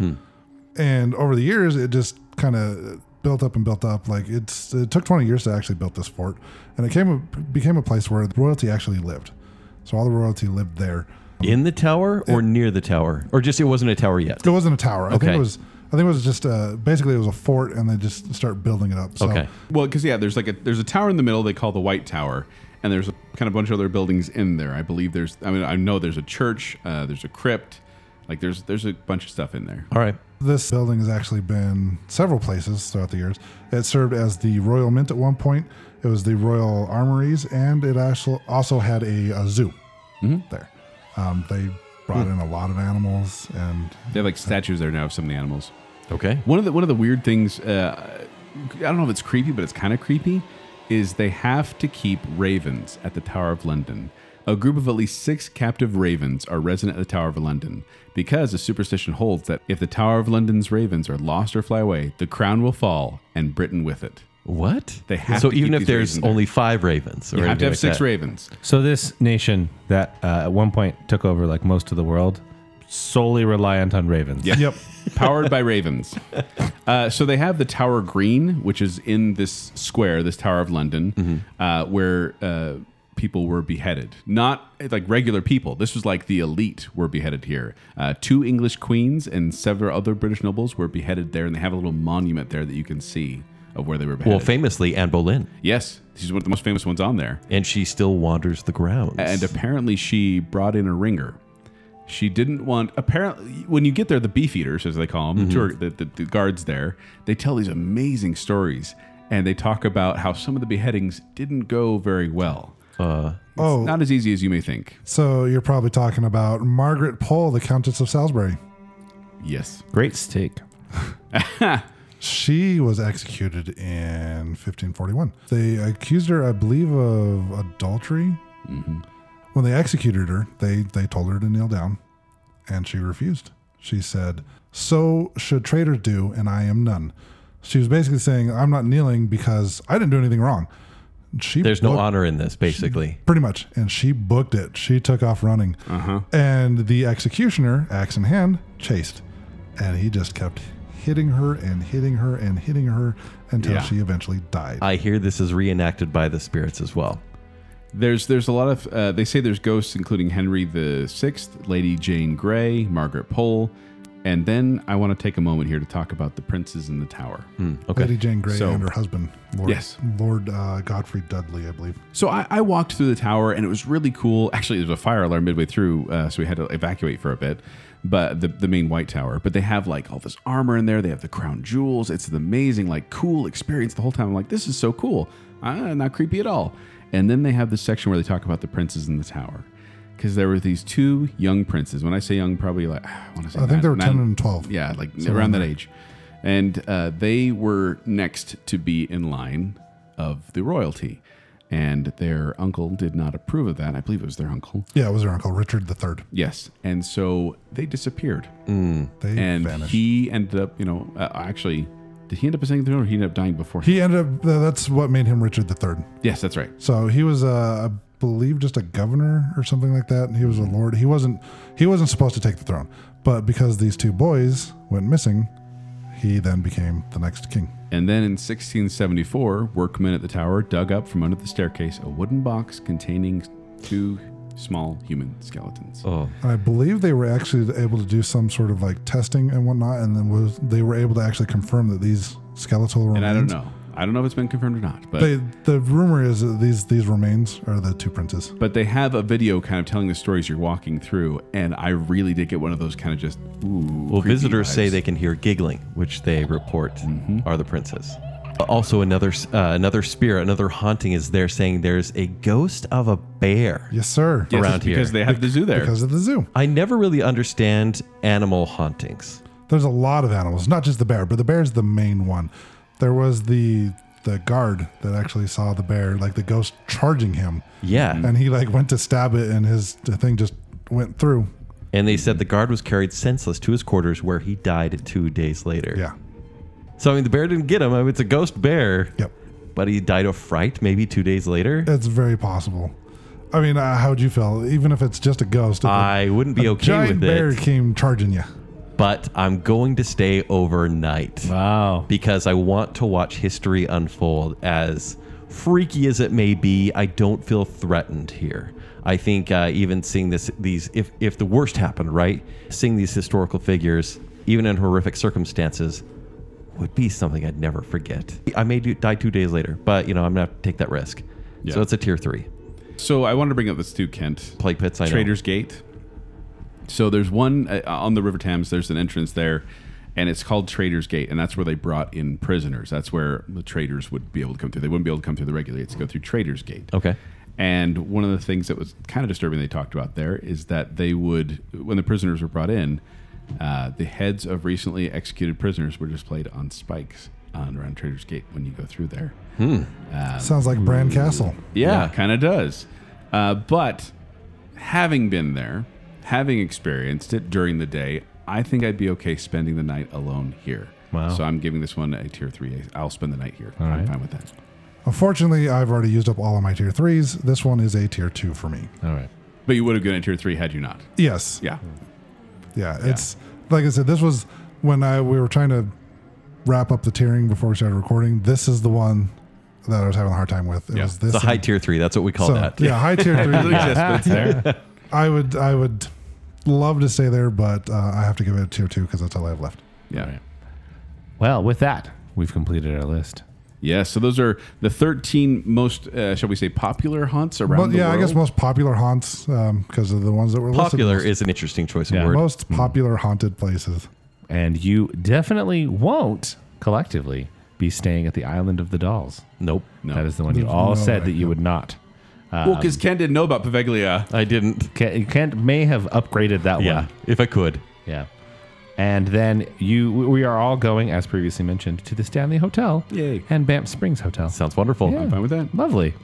and over the years it just kind of built up and built up like it's it took 20 years to actually build this fort and it came a, became a place where royalty actually lived so all the royalty lived there
In the tower or near the tower? Or just it wasn't a tower yet?
it wasn't a tower i think
Okay.
it was i think it was just uh basically it was a fort and they just start building it up
Oh.
so
Okay.
Well, because yeah, there's like a there's a tower in the middle they call the White Tower, and there's a, kind of a bunch of other buildings in there. I believe there's I mean I know there's a church, uh, there's a crypt, like there's there's a bunch of stuff in there.
All right.
this building has actually been several places throughout the years it served as the royal mint at one point it was the royal armories and it actually also had a, a zoo
Mm-hmm.
there um, they brought
Hmm.
in a lot of animals and
They have like statues there now of some of the animals.
Okay.
One of the one of the weird things, uh, I don't know if it's creepy, but it's kind of creepy, is they have to keep ravens at the Tower of London. A group of at least six captive ravens are resident at the Tower of London because a superstition holds that if the Tower of London's ravens are lost or fly away, the crown will fall and Britain with it.
What?
They have
so
to
even
keep
if
these
there's
ravens there.
only five ravens, or
You have
anything
to have
like
six
that,
ravens.
So this nation that uh, at one point took over like most of the world, solely reliant on ravens.
Yeah.
yep
powered by ravens. Uh, so they have the Tower Green, which is in this square, this Tower of London, uh, where uh, people were beheaded. Not eh, like regular people. This was like the elite were beheaded here. Uh, two English queens and several other British nobles were beheaded there, and they have a little monument there that you can see of where they were beheaded.
Well, famously, Anne Boleyn,
yes, she's one of the most famous ones on there.
and she still wanders the grounds.
And apparently, she brought in a ringer. She didn't want. Apparently, when you get there, the beef eaters, as they call them, the, tour, the, the, the guards there, they tell these amazing stories, and they talk about how some of the beheadings didn't go very well.
Uh,
oh
Not as easy as you may think.
So you're probably talking about Margaret Pole, the Countess of Salisbury.
Yes.
Great steak.
She was executed in 1541. They accused her, I believe, of adultery.
Mm-hmm.
When they executed her, they they told her to kneel down, and she refused. She said, "So should traitors do, and I am none." She was basically saying, "I'm not kneeling because I didn't do anything wrong." She
there's no
booked-
honor in this, basically.
Pretty much. And she booked it. She took off running.
Uh-huh.
And the executioner, axe in hand, chased. And he just kept hitting her and hitting her and hitting her until
Yeah.
she eventually died.
I hear this is reenacted by the spirits as well.
There's there's a lot of uh, they say there's ghosts, including Henry the Sixth, Lady Jane Grey, Margaret Pole, And then I want to take a moment here to talk about the princes in the tower.
Okay.
Lady Jane Grey
So-
and her husband, Lord,
Yes.
Lord uh, Godfrey Dudley, I believe.
So I, I walked through the tower and it was really cool. Actually, there was a fire alarm midway through, uh, so we had to evacuate for a bit. But the, the main White Tower, but they have like all this armor in there. They have the crown jewels. It's an amazing, like, cool experience the whole time. I'm like, this is so cool. Uh, not creepy at all. And then they have this section where they talk about the princes in the tower. Because there were these two young princes. When I say young, probably like, I want to say
I think
nine-
they were
nine-
10 and 12.
Yeah, like around that age. And uh, they were next to be in line of the royalty. And their uncle did not approve of that. I believe it was their uncle.
Yeah, it was her uncle, Richard III.
Yes. And so they disappeared.
They
And
vanished. He,
he ended up, you know, uh, actually, did he end up staying there or he ended up dying before?
ended up, tha- that's what made him Richard III.
yes, that's right.
So he was, uh, I believe, just a governor or something like that. He
Mm-hmm.
was a lord. He wasn't, he wasn't supposed to take the throne. But because these two boys went missing, he then became the next king.
And then in 1674, workmen at the tower dug up from under the staircase a wooden box containing two small human skeletons.
Oh,
And I believe they were actually able to do some sort of like testing and whatnot, and then was they were able to actually confirm that these skeletal remains.
and I don't know. I don't know if it's been confirmed or not, but
They, the rumor is that these these remains are the two princes.
but they have a video kind of telling the stories you're walking through, and I really did get one of those kind of just ooh.
Well,
creepy
visitors say
vibes. Mm-hmm.
they can hear giggling, which they report are the princes. Also, another s- uh, another spear, another haunting is there, saying there's a ghost of a bear.
Yes, sir.
Yes,
around
it's because they
here.
have the zoo there.
Because of the zoo.
I never really understand animal hauntings.
There's a lot of animals, not just the bear, but the bear's the main one. There was the the guard that actually saw the bear, like the ghost charging him,
Yeah,
Mm-hmm.
and he like went to stab it, and his thing just went through.
and they said the guard was carried senseless to his quarters, where he died two days later.
Yeah.
So I mean, the bear didn't get him. I mean, it's a ghost bear.
Yep.
But he died of fright, maybe two days later.
It's very possible. I mean, uh, how would you feel? Even if it's just a ghost, if a-
I wouldn't be
a
okay
giant
with
bear
it,
came charging you.
but I'm going to stay overnight.
Wow.
because I want to watch history unfold. As freaky as it may be, I don't feel threatened here. I think uh, even seeing this, these if if the worst happened, right, seeing these historical figures, even in horrific circumstances, would be something I'd never forget. I may do, die two days later, but you know I'm gonna have to take that risk. So
Yeah.
it's a tier three.
so I wanted to bring up this too, Kent.
Plague pits, I know.
Traders Gate. So there's one uh, on the River Thames. There's an entrance there, and it's called Traders Gate, and that's where they brought in prisoners. That's where the traders would be able to come through. They wouldn't be able to come through the regular gates. Go through Traders Gate.
Okay.
And one of the things that was kind of disturbing they talked about there is that they would, when the prisoners were brought in, uh, the heads of recently executed prisoners were displayed on spikes on around Traders Gate when you go through there.
Sounds like Bran Castle.
Yeah, kind of does. Uh, but having been there, having experienced it during the day, I think I'd be okay spending the night alone here.
Wow.
So I'm giving this one a tier three. I'll spend the night here. I'm
right.
fine with that.
Unfortunately, I've already used up all of my tier threes. This one is a tier two for me.
All right.
But you would have gone a tier three had you not.
Yes.
Yeah.
Yeah, it's like I said. This was when I we were trying to wrap up the tiering before we started recording. This is the one that I was having a hard time with. It
Yeah,
was this
It's a high
and-
tier three. That's what we call
so,
that.
Yeah, high tier
It doesn't
three.
exist, but it's there.
I would I would love to stay there, but uh, I have to give it a tier two because that's all I have left.
Yeah.
Well, with that, we've completed our list.
Yeah, so those are the 13 most, uh, shall we say, popular haunts around
But
the
yeah,
world.
I guess most popular haunts because of the ones that were
Popular
listed.
is an interesting choice of
Yeah.
word.
most popular haunted places.
And you definitely won't collectively be staying at the Island of the Dolls.
nope.
No.
That is the one you
There's
all
no
said
way.
that you would not.
well, because Ken didn't know about Paveglia.
I didn't.
Kent, Kent may have upgraded that
Yeah.
one.
If I could.
Yeah. And then you, we are all going, as previously mentioned, to the Stanley Hotel
Yay.
and Banff Springs Hotel.
Sounds wonderful.
Yeah.
Fine with that.
Lovely.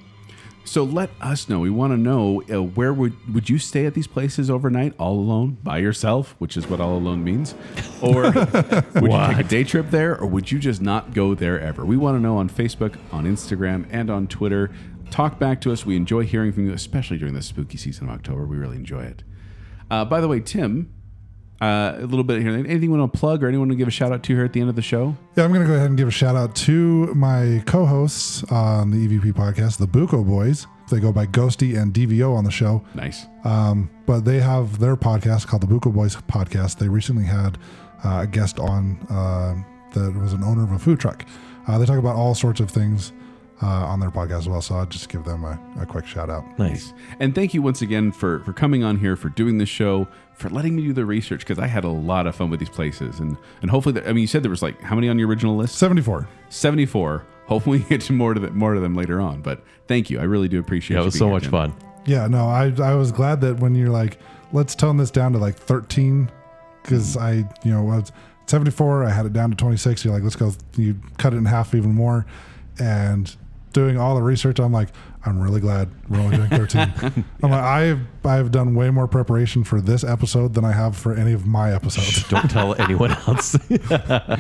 So let us know. We want to know uh, where would would you stay at these places overnight, all alone, by yourself, which is what all alone means, or would you take a day trip there, or would you just not go there ever? We want to know on Facebook, on Instagram, and on Twitter. Talk back to us. We enjoy hearing from you, especially during this spooky season of October. We really enjoy it. Uh, by the way, Tim, uh, a little bit here. Anything you want to plug or anyone to give a shout out to here at the end of the show?
Yeah, I'm going to go ahead and give a shout out to my co hosts on the EVP podcast, the Buco Boys. They go by Ghosty and DVO on the show,
Nice.
um, but they have their podcast called the Buco Boys Podcast. They recently had uh, a guest on uh, that was an owner of a food truck. Uh, they talk about all sorts of things uh, on their podcast as well. So I'll just give them a, a quick shout out.
Nice.
And thank you once again for for coming on here, for doing this show, for letting me do the research because I had a lot of fun with these places, and and hopefully, there, I mean, you said there was like how many on your original list?
74.
74. Hopefully, we get to more to the, more to them later on. But thank you, I really do appreciate.
Yeah, it
you
was
being
so
here,
much
Jim.
fun.
Yeah, no, I I was glad that when you're like, let's tone this down to like 13,
Mm.
because I, you know, I was 74, I had it down to 26. You're like, let's go, you cut it in half even more. And doing all the research, I'm like, I'm really glad we're only doing 13. I'm like, I've, I've done way more preparation for this episode than I have for any of my episodes.
Don't tell anyone else.
Uh,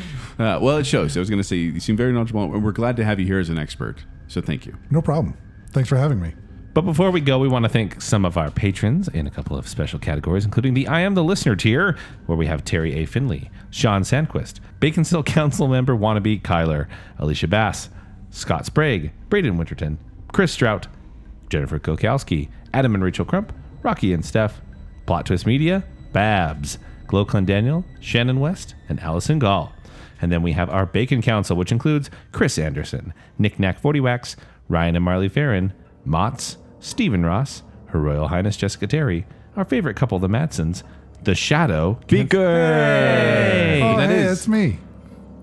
well, it shows. I was going to say you seem very knowledgeable, and we're glad to have you here as an expert. So thank you.
no problem. Thanks for having me.
But before we go, we want to thank some of our patrons in a couple of special categories, including the I Am the Listener tier, where we have Terry A. Finley, Sean Sandquist, Bacon Hill Council member wannabe Kyler, Alicia Bass, Scott Sprague, Braden Winterton, Chris Strout, Jennifer Kokowski, Adam and Rachel Crump, Rocky and Steph, Plot Twist Media, Babs, Glowclan Daniel, Shannon West, and Allison Gall. And then we have our Bacon Council, which includes Chris Anderson, Nick Knack 40 Wax, Ryan and Marley Farron, Motts, Stephen Ross, Her Royal Highness Jessica Terry, our favorite couple, the Madsons, The Shadow,
Beaker.
Oh,
that
hey,
is-
it's me.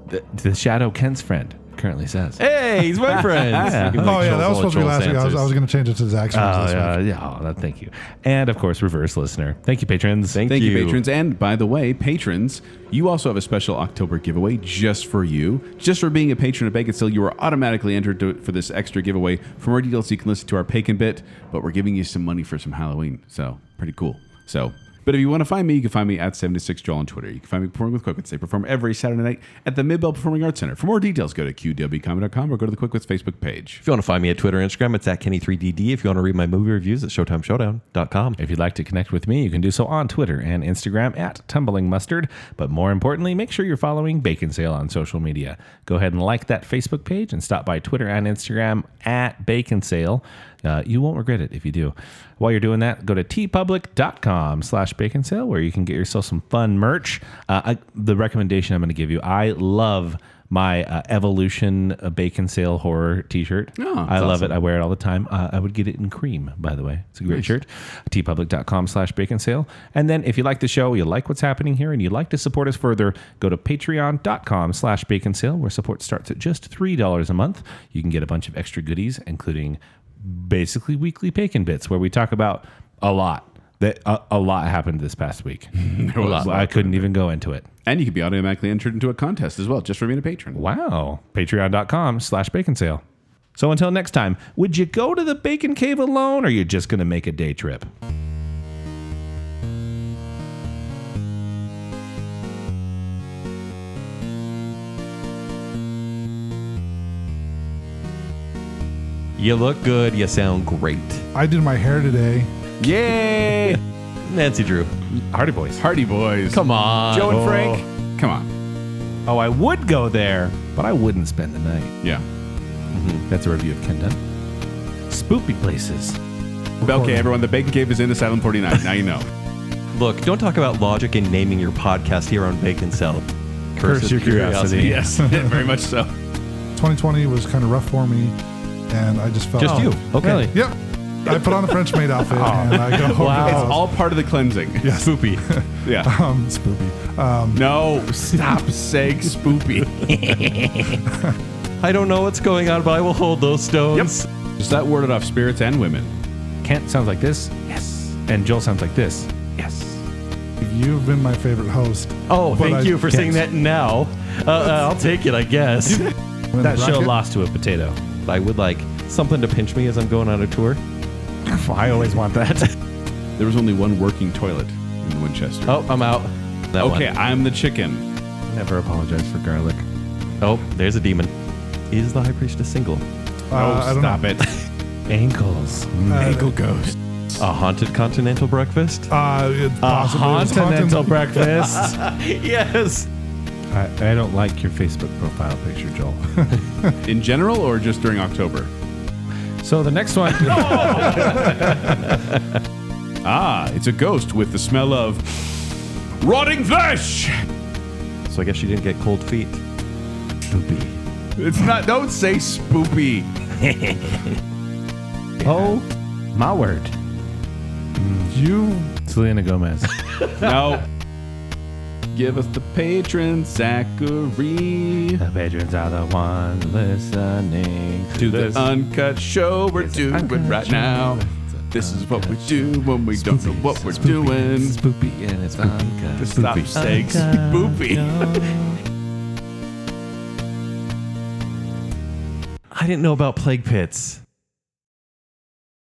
the, the Shadow Kent's friend currently says.
Hey, he's my friend.
Yeah.
oh, yeah, that was supposed to be last week. I was, I was going to change it to Zach's.
Oh,
this week.
yeah, yeah, oh, that- thank you. And of course, reverse listener. Thank you, patrons.
Thank,
Thank you.
you,
patrons. And by the way, patrons, you also have a special October giveaway just for you. Just for being a patron of Bacon Still, you are automatically entered to, for this extra giveaway. For more details, you can listen to our Bacon Bit, but we're giving you some money for some Halloween. So, pretty cool. So, but if you want to find me, you can find me at 76Joel on Twitter. You can find me performing with Quickwits. They perform every Saturday night at the Midbell Performing Arts Center. For more details, go to qwcomedy.com or go to the Quickwits Facebook page.
If you want to find me at Twitter and Instagram, it's at Kenny3DD. If you want to read my movie reviews, it's ShowtimeShowdown.com.
If you'd like to connect with me, you can do so on Twitter and Instagram at Tumbling Mustard. But more importantly, make sure you're following Bacon Sale on social media. Go ahead and like that Facebook page and stop by Twitter and Instagram at Bacon Sale. Uh, you won't regret it if you do. While you're doing that, go to tpublic.com slash bacon sale where you can get yourself some fun merch. Uh, I, the recommendation I'm going to give you, I love my uh, Evolution uh, Bacon Sale horror t-shirt. I love it. I wear it all the time. Uh, I would get it in cream, by the way. It's a great shirt. tpublic.com slash bacon sale. And then if you like the show, you like what's happening here, and you'd like to support us further, go to patreon.com slash bacon sale, where support starts at just $3 a month. You can get a bunch of extra goodies, including basically weekly bacon bits, where we talk about a lot. That a, a lot happened this past week. a
was
lot.
a lot.
I couldn't even go into it.
And you can be automatically entered into a contest as well, just for being a patron.
Wow. Patreon.com slash bacon sale. So until next time, would you go to the bacon cave alone or you are just going to make a day trip?
You look good. You sound great.
I did my hair today.
Yay!
Nancy Drew.
Hardy Boys.
Hardy Boys.
Come on.
Joe and Frank. Oh. Come on.
Oh, I would go there, but I wouldn't spend the night.
Yeah.
That's a review of Ken Dunn. Spoopy places.
Okay, everyone, the Bacon Cave is in Asylum 49. Now you know.
Look, don't talk about logic in naming your podcast here on Bacon Cell.
Curse your curiosity.
yes, very much so.
2020 was kind of rough for me, and I just felt
Just you. Okay. Oh.
Really?
Yep. I put on the French maid outfit and I go over
It's
to the house.
all part of the cleansing.
Spoopy.
Yeah.
um, spoopy. Um,
No, stop saying spoopy.
I don't know what's going on, but I will hold those stones.
Just that worded off spirits and women.
Kent sounds like this. Yes. And Joel sounds like this. Yes.
you've been my favorite host.
Oh,
But
thank
I
you for saying that now. Uh, uh, I'll take it, I guess.
I'm in
That
the
show
bracket.
lost to a potato.
I would like something to pinch me as I'm going on a tour.
I always want that.
There was only one working toilet in Winchester.
Oh, I'm out. That
okay,
Oh, one.
I'm the chicken.
Never apologize for garlic.
Oh, there's a demon. Is the High Priestess single?
Uh, I
oh,
don't
stop
know.
it.
Ankles.
Ankle ghost.
A haunted continental breakfast?
Uh, it possibly was
continental
haunted.
breakfast.
yes.
I, I don't like your Facebook profile picture, Joel.
In general or just during October?
so the next one.
Ah, it's a ghost with the smell of rotting flesh.
So I guess you didn't get cold feet. Spoopy.
It's not. Don't say spoopy.
Oh, my word.
You
Selena Gomez.
No. Give us the patron, Zachary.
the patrons are the ones listening to,
To
this.
the uncut show we're doing right now. This is what we do when we don't know what we're doing.
Spoopy and it's uncut.
Stop Oh, saying spoopy.
I didn't know about plague pits.